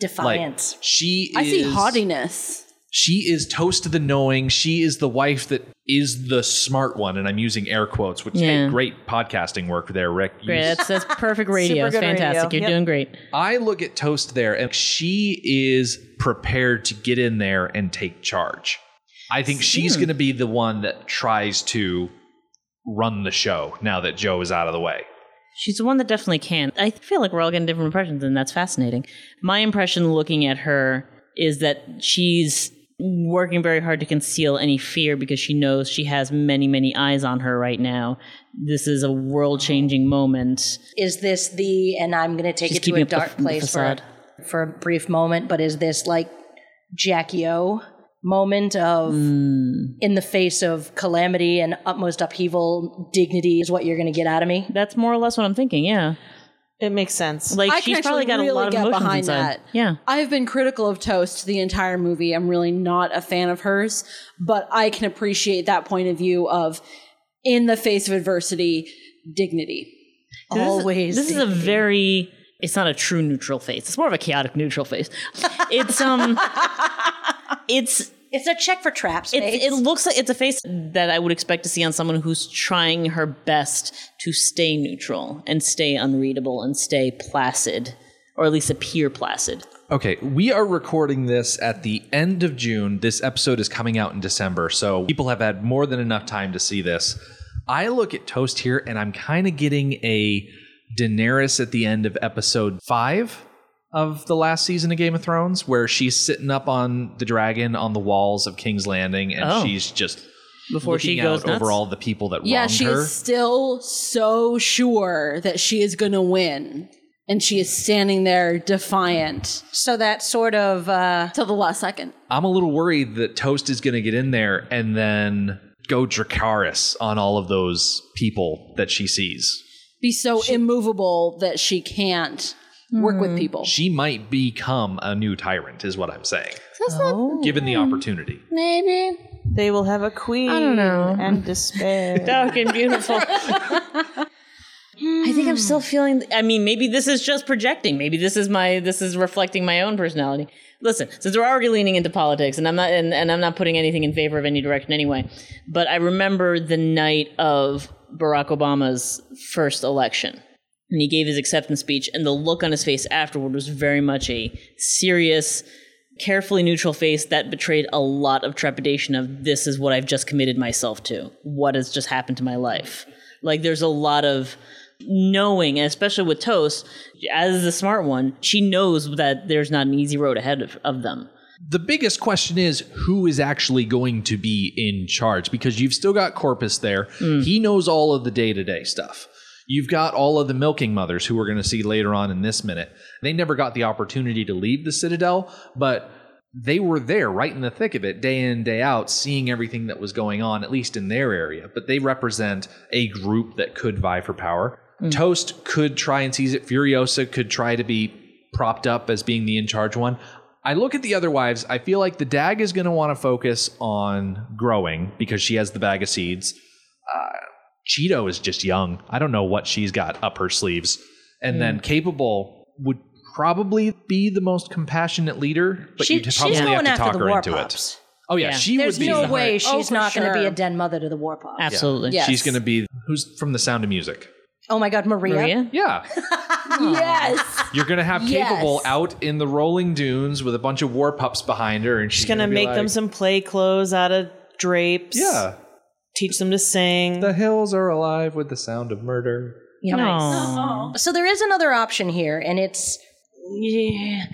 S1: Like
S4: Defiance.
S1: she is
S2: I see haughtiness.
S1: She is toast to the knowing. She is the wife that is the smart one, and I'm using air quotes, which hey,
S3: Yeah.
S1: great podcasting work there, Rick. You-
S3: Great. That's, that's perfect radio. It's
S5: good
S3: fantastic.
S5: radio.
S3: You're
S5: Yep.
S3: doing great.
S1: I look at Toast there, and she is prepared to get in there and take charge. I think she's going to be the one that tries to run the show now that Joe is out of the way.
S3: She's the one that definitely can. I feel like we're all getting different impressions, and that's fascinating. My impression looking at her is that she's working very hard to conceal any fear because she knows she has many, many eyes on her right now. This is a world changing moment.
S4: is this the and I'm going to take
S3: She's
S4: it to a
S3: keeping up the
S4: dark
S3: f- the
S4: place for,
S3: facade.
S4: for a brief moment, but is this like Jackie O moment of
S1: Hmm.
S4: in the face of calamity and utmost upheaval, dignity is what you're going to get out of me?
S3: That's more or less what I'm thinking, yeah.
S5: It makes sense.
S3: Like
S2: I can
S3: she's probably
S2: actually
S3: got a
S2: really
S3: lot of
S2: get
S3: emotions
S2: behind
S3: inside.
S2: that.
S3: Yeah.
S2: I've been critical of Toast the entire movie. I'm really not a fan of hers, but I can appreciate that point of view of in the face of adversity, dignity.
S4: Always.
S3: This is a very it's not a true neutral face. It's more of a chaotic neutral face. It's um it's
S4: it's a check for traps.
S3: It's, it looks like it's a face that I would expect to see on someone who's trying her best to stay neutral and stay unreadable and stay placid, or at least appear placid.
S1: Okay, we are recording this at the end of June. This episode is coming out in December, so people have had more than enough time to see this. I look at Toast here, and I'm kind of getting a Daenerys at the end of episode five of the last season of Game of Thrones, where she's sitting up on the dragon on the walls of King's Landing, and
S3: Oh.
S1: she's just
S3: Before she
S1: looking
S3: goes
S1: out
S3: nuts.
S1: over all the people that
S2: Yeah,
S1: wronged
S2: she
S1: her.
S2: is still so sure that she is going to win. And she is standing there defiant
S4: so that sort of uh,
S2: till the last second.
S1: I'm a little worried that Toast is going to get in there and then go Dracaris on all of those people that she sees.
S2: Be so immovable that she can't work
S3: Hmm.
S2: with people.
S1: She might become a new tyrant, is what I'm saying, given the opportunity.
S5: they will have a queen and despair.
S3: dark and beautiful. I think I'm still feeling. I mean, maybe this is just projecting. Maybe this is my this is reflecting my own personality. Listen, since we're already leaning into politics, and I'm not and, and I'm not putting anything in favor of any direction anyway. But I remember the night of Barack Obama's first election, and he gave his acceptance speech, and the look on his face afterward was very much a serious. Carefully neutral face that betrayed a lot of trepidation of this is what I've just committed myself to. What has just happened to my life? Like there's a lot of knowing, and especially with Toast, as the smart one, she knows that there's not an easy road ahead of, of them.
S1: The biggest question is who is actually going to be in charge? Because you've still got Corpus there. He knows all of the day to day stuff. You've got all of the milking mothers who we're going to see later on in this minute. They never got the opportunity to leave the Citadel, but they were there right in the thick of it, day in, day out, seeing everything that was going on, at least in their area. But they represent a group that could vie for power. Toast could try and seize it. Furiosa could try to be propped up as being the in charge one. I look at the other wives. I feel like the Dag is going to want to focus on growing because she has the bag of seeds. Uh, Cheeto is just young. I don't know what she's got up her sleeves. And then Capable would probably be the most compassionate leader, but
S4: she,
S1: you'd
S4: she's
S1: probably have
S4: going
S1: to
S4: after
S1: talk
S4: the
S1: her
S4: war
S1: into it.
S4: pups.
S1: Oh yeah,
S3: Yeah.
S1: she
S4: There's
S1: would be.
S4: no
S1: the-
S4: way
S2: Oh,
S4: she's
S2: for
S4: not going to be
S2: sure.
S4: a den mother to the war pod.
S3: Absolutely.
S2: Yeah.
S1: She's going to be who's from The Sound of Music.
S4: Oh my God, Maria.
S3: Maria?
S1: Yeah,
S2: Yes.
S1: you're going to have
S2: Yes.
S1: capable out in the rolling dunes with a bunch of war pups behind her, and she's,
S5: She's gonna
S1: be
S5: make
S1: like,
S5: them some play clothes out of drapes.
S1: Yeah,
S5: Teach them to sing.
S1: the hills are alive with the sound of murder.
S3: Aw.
S4: So there is another option here, and it's yeah,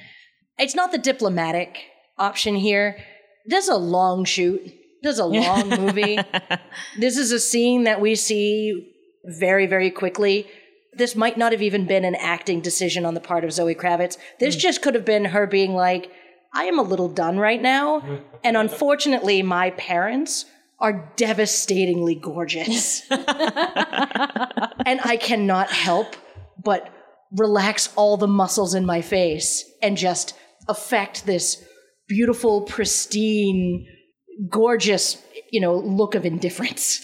S4: it's not the diplomatic option here. There's a long shoot. There's a long movie. This is a scene that we see very, very quickly. This might not have even been an acting decision on the part of Zoe Kravitz. This just could have been her being like, I am a little done right now. And unfortunately, my parents are devastatingly gorgeous. and I cannot help but relax all the muscles in my face and just affect this beautiful, pristine, gorgeous, you know, look of indifference.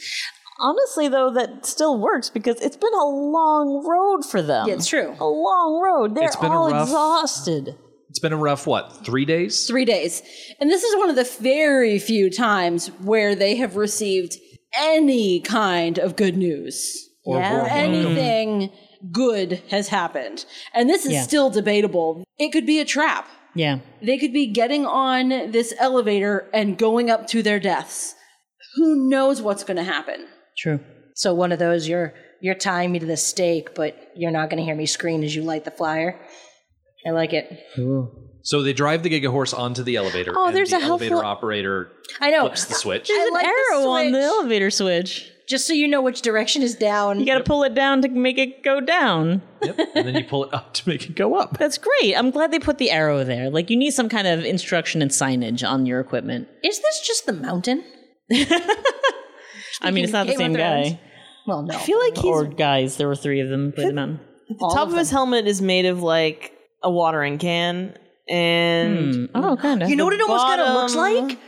S3: Honestly, though, that still works because it's been a long road for them.
S4: Yeah, it's true.
S3: A long road. They're
S1: It's been a
S3: all
S1: rough-
S3: exhausted.
S1: It's been a rough what three days?
S2: Three days. And this is one of the very few times where they have received any kind of good news.
S1: Or
S4: Yeah.
S1: war
S2: Anything good has happened. And this is
S3: Yeah.
S2: still debatable. It could be a trap.
S3: Yeah.
S2: They could be getting on this elevator and going up to their deaths. Who knows what's going to happen?
S3: True.
S4: So one of those you're you're tying me to the stake, but you're not gonna hear me scream as you light the flyer. I like it.
S1: So they drive the Giga Horse onto the elevator.
S3: Oh,
S1: and
S3: there's
S1: the
S3: a helpful-
S1: elevator operator
S4: I know.
S1: flips the switch.
S3: There's an
S4: like the
S3: arrow on the
S4: switch.
S3: elevator switch.
S4: Just so you know which direction is down.
S3: You got to pull it down to make it go down.
S1: yep. And then you pull it up to make it go up.
S3: That's great. I'm glad they put the arrow there. Like, you need some kind of instruction and signage on your equipment.
S4: Is this just the mountain?
S3: I mean, it's not the
S4: Game
S3: same
S4: of Thrones.
S3: guy.
S4: Well, no.
S5: I feel like he's
S3: Or guys. There were three of them. Play the mountain.
S5: the top of, his helmet is made of like a watering can, and
S3: Hmm. Oh, kind of.
S4: you know what it almost kind of
S5: bottom-
S4: looks like?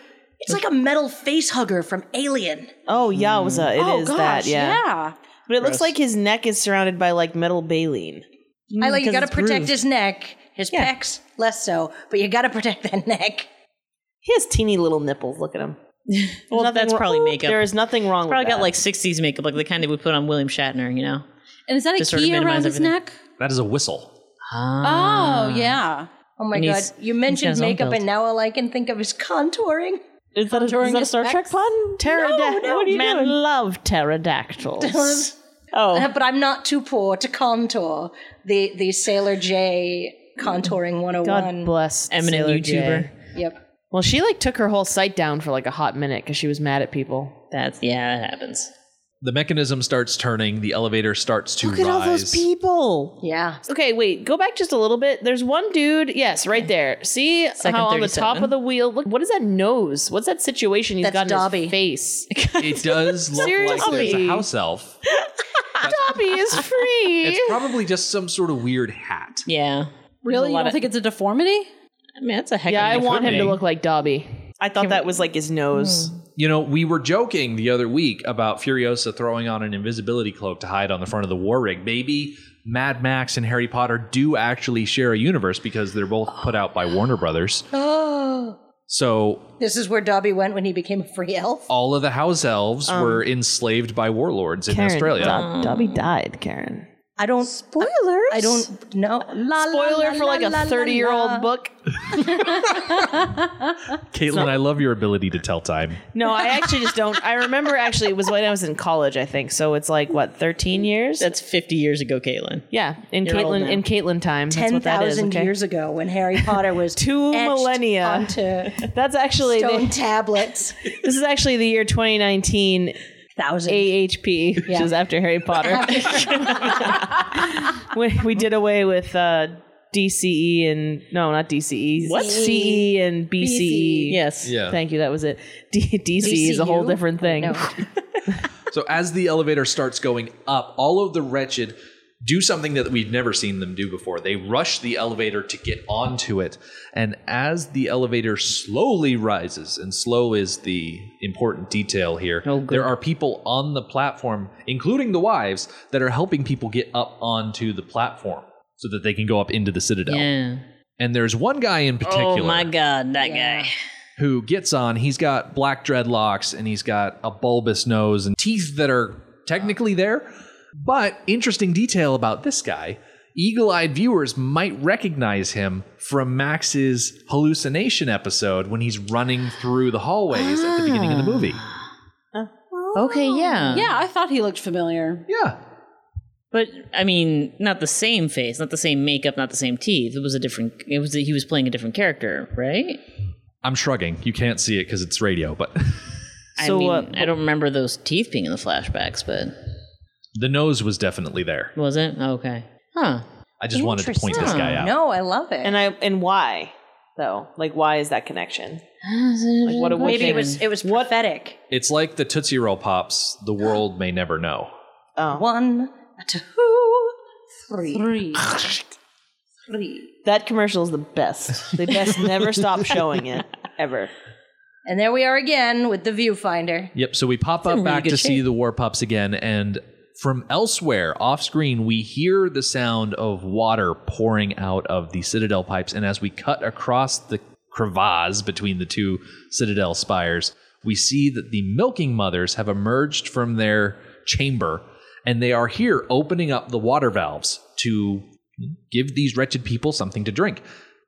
S4: It's like a metal face hugger from Alien.
S5: oh yowza, it is
S2: oh, gosh.
S5: that. Yeah,
S2: yeah.
S5: but it looks like his neck is surrounded by like metal baleen.
S4: I like you
S3: because
S4: got to
S3: it's
S4: protect
S3: grooved.
S4: his neck, his
S3: Yeah.
S4: pecs less so, but you got to protect that neck.
S5: He has teeny little nipples. Look at him.
S3: well,
S5: Nothing
S3: that's
S5: wrong-
S3: probably makeup.
S5: There is nothing wrong.
S3: probably
S5: with
S3: got
S5: that.
S3: like 60s makeup, like the kind that we put on William Shatner, you know?
S2: And is that a
S3: To sort of
S2: key around
S3: minimize
S2: his
S3: everything. Ah.
S2: neck?
S1: That is a whistle.
S2: Oh, yeah.
S4: Oh my
S3: And
S4: god!
S3: he's-
S4: You
S3: got
S4: mentioned
S3: his own
S4: makeup,
S3: belt.
S4: and now all I can think of is contouring.
S5: is that a, is
S2: during
S5: that a
S2: his
S5: Star Trek
S2: specs?
S5: pun? Pterodactyl.
S3: no, what are you
S5: Men
S3: doing?
S5: love pterodactyls.
S3: Oh,
S4: but I'm not too poor to contour the the Sailor J contouring 101.
S5: God bless the
S3: eminent
S5: Sailor
S3: YouTuber.
S5: J.
S4: Yep.
S5: Well, she like took her whole site down for like a hot minute because she was mad at people.
S3: That's, yeah, that happens.
S1: The mechanism starts turning. The elevator starts to
S5: Look
S1: rise.
S5: at all those people.
S4: Yeah.
S5: Okay, wait, go back just a little bit. There's one dude, yes, right there. See
S3: Second
S5: how on the
S3: 37.
S5: top of the wheel? Look, what is that nose? What's that situation he's
S4: That's
S5: got in
S4: Dobby.
S5: his face?
S1: It does look like there's
S5: Seriously.
S1: a house elf.
S5: Dobby is free.
S1: It's probably just some sort of weird hat.
S3: Yeah.
S2: Really? You
S3: lot
S2: don't
S3: of-
S2: think it's a Uh-huh. deformity?
S3: I mean, that's a heck
S5: yeah,
S3: of
S5: I
S3: a
S5: want him
S1: be.
S5: to look like Dobby. I thought that was like his nose.
S1: You know, we were joking the other week about Furiosa throwing on an invisibility cloak to hide on the front of the war rig. Maybe Mad Max and Harry Potter do actually share a universe because they're both put out by Warner Brothers.
S4: Oh,
S1: So
S4: this is where Dobby went when he became a free elf.
S1: all of the house elves were enslaved by warlords in Australia.
S5: Dobby died, Karen.
S4: I don't. Spoilers. I, don't know. La, la,
S5: Spoiler
S4: la,
S5: for like
S4: la, la,
S5: a 30 year
S4: la.
S5: old book.
S1: Caitlin, I love your ability to tell time.
S5: No, I actually just don't. I remember actually it was when I was in college, I think. So it's like, what, 13 years?
S3: That's 50 years ago, Caitlin.
S5: yeah, in
S3: You're old
S5: Caitlin
S3: now.
S5: in Caitlin time. That's
S4: ten
S5: what that is.
S4: thousand
S5: okay?
S4: years ago when Harry Potter was
S5: Two
S4: etched
S5: millennia.
S4: onto
S5: That's actually the-
S4: stone tablets.
S5: this is actually the year 2019
S4: Thousand.
S5: AHP, which
S4: Yeah.
S5: is after Harry Potter. we, we did away with uh, DCE and no, not E.
S4: E.
S5: DCE,
S3: What?
S5: CE and E. BCE.
S3: Yes.
S1: Yeah.
S5: Thank you. That was it. D- DCE is a whole
S4: DCU?
S5: different thing.
S4: No.
S1: So as the elevator starts going up, all of the wretched do something that we've never seen them do before. They rush the elevator to get onto it. And as the elevator slowly rises, and slow is the important detail here, there are people on the platform, including the wives, that are helping people get up onto the platform so that they can go up into the citadel.
S3: Yeah.
S1: And there's one guy in particular.
S3: Oh, my God, that guy.
S1: who gets on. He's got black dreadlocks and he's got a bulbous nose and teeth that are technically there. But interesting detail about this guy eagle eyed viewers might recognize him from Max's hallucination episode when he's running through the hallways at the beginning of the movie.
S3: Okay, yeah.
S2: Yeah, I thought he looked familiar.
S1: Yeah.
S3: But I mean, not the same face, not the same makeup, not the same teeth. It was a different. It was he was playing a different character, right?
S1: I'm shrugging. You can't see it because it's radio, but
S3: I
S5: So
S3: mean,
S5: what-
S3: I don't remember those teeth being in the flashbacks, but
S1: the nose was definitely there.
S3: was it? Okay. Huh.
S1: I just wanted to point this guy out.
S4: No, I love it.
S5: And I and why though? Like why is that connection? Like what a
S4: Maybe it was it was prophetic.
S1: It's like the Tootsie Roll Pops, the world may never know.
S5: oh.
S4: One, two, three.
S2: Three.
S5: that commercial is the best. They best never stop showing it ever.
S4: And there we are again with the viewfinder.
S1: Yep, so we pop up
S3: really
S1: back
S3: good
S1: to see
S3: shape.
S1: the War Pups again, and from elsewhere off screen, we hear the sound of water pouring out of the citadel pipes. And as we cut across the crevasse between the two citadel spires, we see that the milking mothers have emerged from their chamber and they are here opening up the water valves to give these wretched people something to drink.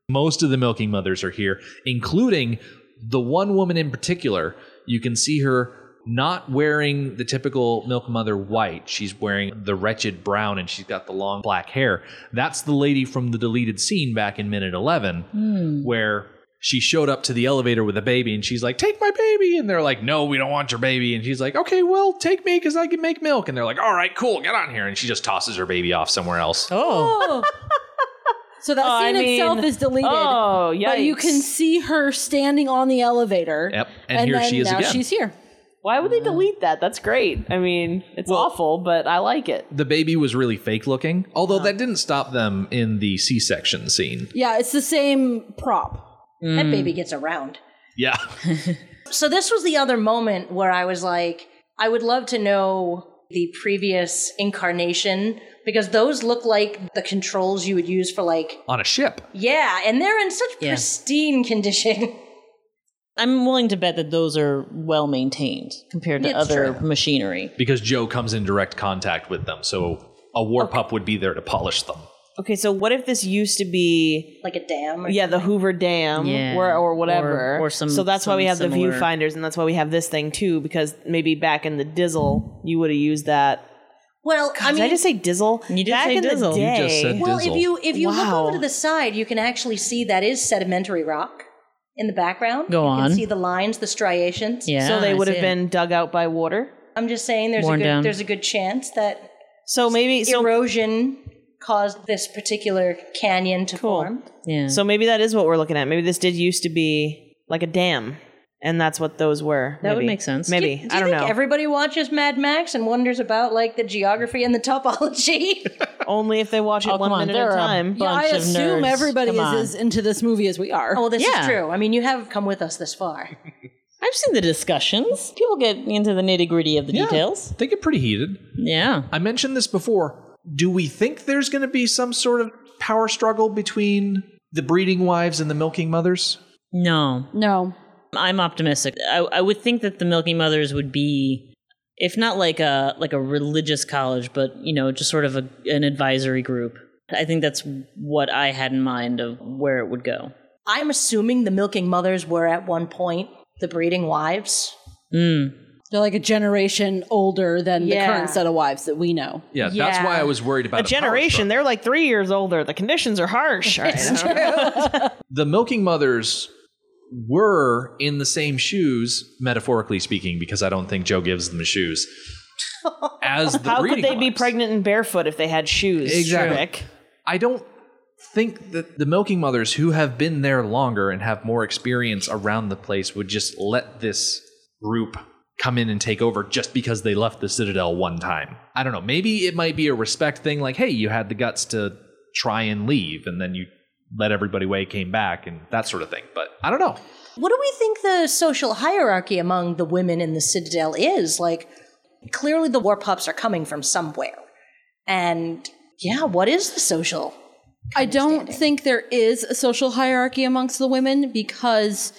S1: Most of the milking mothers are here, including the one woman in particular. You can see her not wearing the typical milk mother white. She's wearing the wretched brown and she's got the long black hair. That's the lady from the deleted scene back in minute 11 where she showed up to the elevator with a baby and she's like, Take my baby. And they're like, No, we don't want your baby. And she's like, Okay, well, take me because I can make milk. And they're like, All right, cool, get on here. And she just tosses her baby off somewhere else.
S3: Oh.
S2: So that
S5: Oh, I
S2: scene itself
S5: mean-
S2: is deleted.
S5: Oh, yeah.
S2: But you can see her standing on the elevator.
S1: Yep, and here
S2: then
S1: she is
S2: now
S1: again.
S2: She's here.
S5: Why would they delete that? That's great. I mean, it's awful, but I like it.
S1: The baby was really fake looking, although
S3: Oh.
S1: that didn't stop them in the C section scene.
S2: Yeah, it's the same prop.
S5: Mm.
S4: That baby gets around.
S1: Yeah.
S4: So this was the other moment where I was like, I would love to know the previous incarnation because those look like the controls you would use for like
S1: on a ship.
S4: yeah, and they're in such
S3: Yeah.
S4: pristine condition.
S3: I'm willing to bet that those are well maintained compared to
S4: It's
S3: other
S4: true.
S3: machinery.
S1: because Joe comes in direct contact with them, so a war pup would be there to polish them.
S5: Okay, so what if this used to be
S4: like a dam. Or
S5: yeah, the Hoover Dam
S3: Yeah.
S5: or, or whatever.
S3: Or- or some-
S5: so that's why we
S3: some
S5: have the
S3: similar-
S5: viewfinders and that's why we have this thing too, because maybe back in the Dizzle you would have used that.
S4: Well, I
S5: Did
S4: mean,
S5: I just say Dizzle?
S3: You did
S5: back
S3: say
S5: in
S3: Dizzle.
S5: the
S3: You
S5: day.
S1: just said
S4: well,
S1: Dizzle.
S4: if you if you look
S5: Wow.
S4: over to the side, you can actually see that is sedimentary rock in the background.
S3: Go
S4: you
S3: on.
S4: Can see the lines, the striations.
S3: Yeah.
S5: so they
S3: I
S5: would
S3: see
S5: have
S3: it.
S5: been dug out by water.
S4: I'm just saying, there's
S3: Worn
S4: a good
S3: down.
S4: there's a good chance that
S5: So maybe so
S4: erosion caused this particular canyon to form.
S3: Yeah.
S5: So maybe that is what we're looking at. Maybe this did used to be like a dam, and that's what those were.
S3: That would
S5: maybe.
S3: make sense.
S5: Maybe
S4: Do you
S5: I don't
S4: think
S5: know.
S4: Everybody watches Mad Max and wonders about like the geography and the topology.
S5: Only if they watch it
S3: Oh,
S5: one
S3: come on.
S5: minute
S3: There
S5: at a
S3: are a
S5: time.
S3: bu- Bunch
S2: I
S3: of
S2: assume
S3: nerds.
S2: everybody
S3: Come
S2: is
S3: on.
S2: as into this movie as we are.
S4: well, this
S3: Yeah.
S4: is true. I mean, you have come with us this far.
S3: I've seen the discussions. People get into the nitty gritty of the details.
S1: They get pretty heated.
S3: Yeah.
S1: I mentioned this before. Do we think there's going to be some sort of power struggle between the breeding wives and the milking mothers?
S3: No.
S2: no.
S3: I'm optimistic. I, I would think that the Milky Mothers would be, if not like a like a religious college, but you know, just sort of a, an advisory group. I think that's what I had in mind of where it would go.
S4: I'm assuming the milking mothers were at one point the breeding wives.
S2: They're like a generation older than
S4: Yeah.
S2: the current set of wives that we know.
S1: Yeah, that's why I was worried about
S5: a generation. They're like three years older. The conditions are harsh. All right, I don't know.
S1: the milking mothers were in the same shoes, metaphorically speaking, because I don't think Joe gives them shoes. As the
S5: How
S1: breeding
S5: could they be
S1: wives.
S5: pregnant and barefoot if they had shoes?
S1: Exactly.
S5: Rick?
S1: I don't think that the milking mothers who have been there longer and have more experience around the place would just let this group come in and take over just because they left the citadel one time. I don't know. Maybe it might be a respect thing like, hey, you had the guts to try and leave and then you let everybody away, came back, and that sort of thing. But I don't know.
S4: What do we think the social hierarchy among the women in the Citadel is? Like, clearly the war pups are coming from somewhere. And yeah, what is the social?
S2: I don't think there is a social hierarchy amongst the women because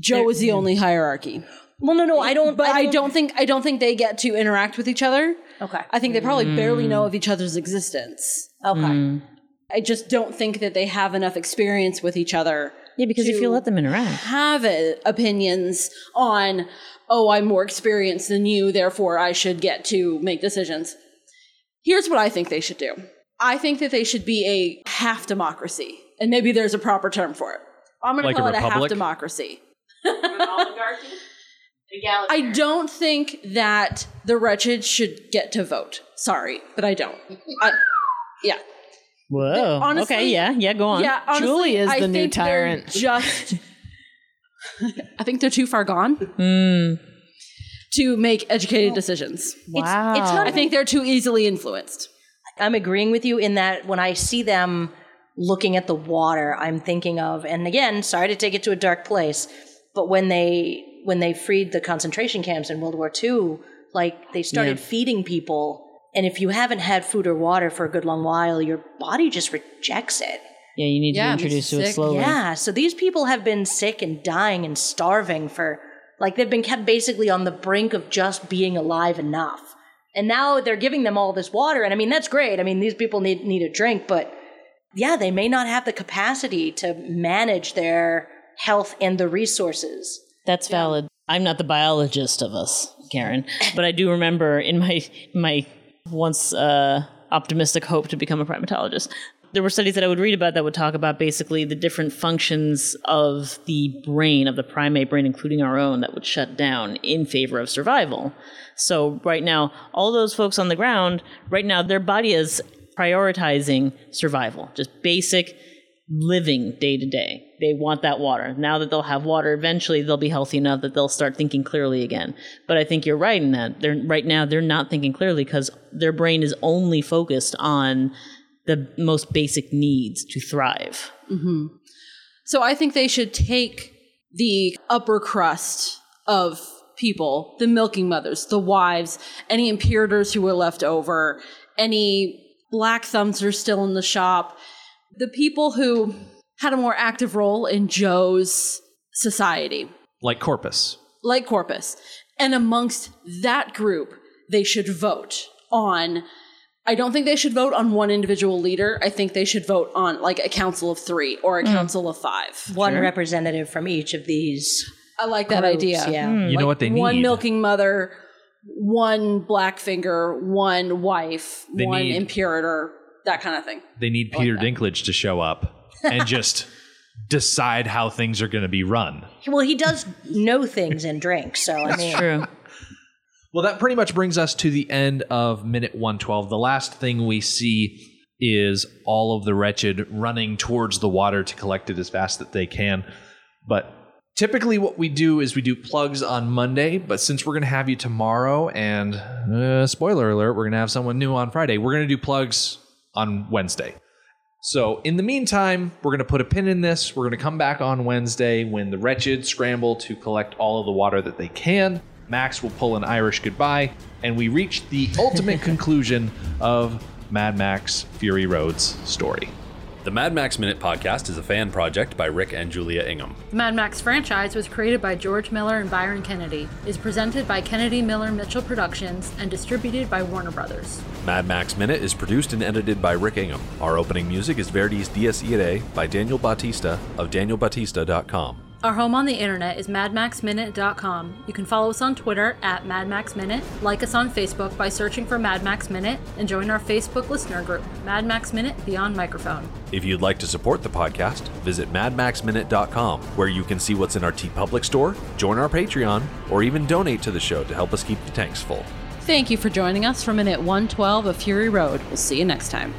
S2: Joe is the only hierarchy.
S4: Well, no, no, I don't.
S2: But I don't think I don't think they get to interact with each other.
S4: Okay.
S2: I think they probably barely know of each other's existence.
S4: Okay.
S2: I just don't think that they have enough experience with each other
S3: Yeah, because if you let them interact,
S2: have uh, opinions on oh I'm more experienced than you therefore I should get to make decisions. Here's what I think they should do. I think that they should be a half democracy. And maybe there's a proper term for it. I'm going
S1: Like a
S2: to call it a half
S1: republic?
S2: democracy.
S6: Oligarchy? Egalitarian.
S2: I don't think that the wretched should get to vote. Sorry, but I don't. I, yeah,
S3: whoa.
S2: honestly-
S3: okay, yeah, yeah, go on.
S2: yeah. Honestly,
S5: Julie is
S2: I
S5: the new
S2: think they're
S5: tyrant.
S2: Just, I think they're too far gone to make educated decisions.
S5: Wow.
S4: It's not.
S2: I think they're too easily influenced.
S4: I'm agreeing with you in that when I see them looking at the water, I'm thinking of, and again, sorry to take it to a dark place, but when they when they freed the concentration camps in World War II, like they started feeding people, and if you haven't had food or water for a good long while, your body just rejects it.
S3: Yeah, you need
S2: Yeah,
S3: to be introduced to
S2: sick,
S3: it slowly.
S4: Yeah, so these people have been sick and dying and starving for like they've been kept basically on the brink of just being alive enough. And now they're giving them all this water and I mean that's great. I mean these people need need a drink, but yeah, they may not have the capacity to manage their health and the resources.
S3: That's valid. I'm not the biologist of us, Karen, but I do remember in my my once uh, optimistic hope to become a primatologist. There were studies that I would read about that would talk about basically the different functions of the brain of the primate brain, including our own, that would shut down in favor of survival. So right now, all those folks on the ground, right now, their body is prioritizing survival, just basic living day to day. They want that water. Now that they'll have water, eventually they'll be healthy enough that they'll start thinking clearly again. But I think you're right in that they're right now they're not thinking clearly because their brain is only focused on the most basic needs to thrive.
S2: So I think they should take the upper crust of people, the milking mothers, the wives, any imperators who were left over, any black thumbs who are still in the shop, the people who had a more active role in Joe's society,
S1: like Corpus.
S2: like Corpus. And amongst that group, they should vote on. I don't think they should vote on one individual leader. I think they should vote on like a council of three or
S1: Hmm.
S2: a council of five.
S4: One representative from each of these.
S2: I like that idea.
S4: Yeah.
S1: You know what they need?
S2: One milking mother, one black finger, one wife,
S1: They
S2: one
S1: need-
S2: imperator, that kind of thing.
S1: They need Peter Dinklage to show up and just decide how things are going to be run.
S4: Well, he does know things and drink, so I mean
S3: True.
S1: Well, that pretty much brings us to the end of minute 112. The last thing we see is all of the wretched running towards the water to collect it as fast that they can. But typically, what we do is we do plugs on Monday. But since we're going to have you tomorrow, and uh, spoiler alert, we're going to have someone new on Friday, we're going to do plugs on Wednesday. So, in the meantime, we're going to put a pin in this. We're going to come back on Wednesday when the wretched scramble to collect all of the water that they can. Max will pull an Irish goodbye, and we reach the ultimate conclusion of Mad Max Fury Road's story.
S7: The Mad Max Minute podcast is a fan project by Rick and Julia Ingham.
S8: The Mad Max franchise was created by George Miller and Byron Kennedy, is presented by Kennedy Miller Mitchell Productions, and distributed by Warner Brothers.
S7: Mad Max Minute is produced and edited by Rick Ingham. Our opening music is Verdi's Dies Irae by Daniel Bautista of danielbautista.com.
S8: Our home on the internet is madmaxminute.com. You can follow us on Twitter at madmaxminute, like us on Facebook by searching for Mad Max Minute, and join our Facebook listener group, Mad Max Minute Beyond Microphone.
S7: If you'd like to support the podcast, visit madmaxminute.com, where you can see what's in our T Public store, join our Patreon, or even donate to the show to help us keep the tanks full.
S2: Thank you for joining us for minute 112 of Fury Road. We'll see you next time.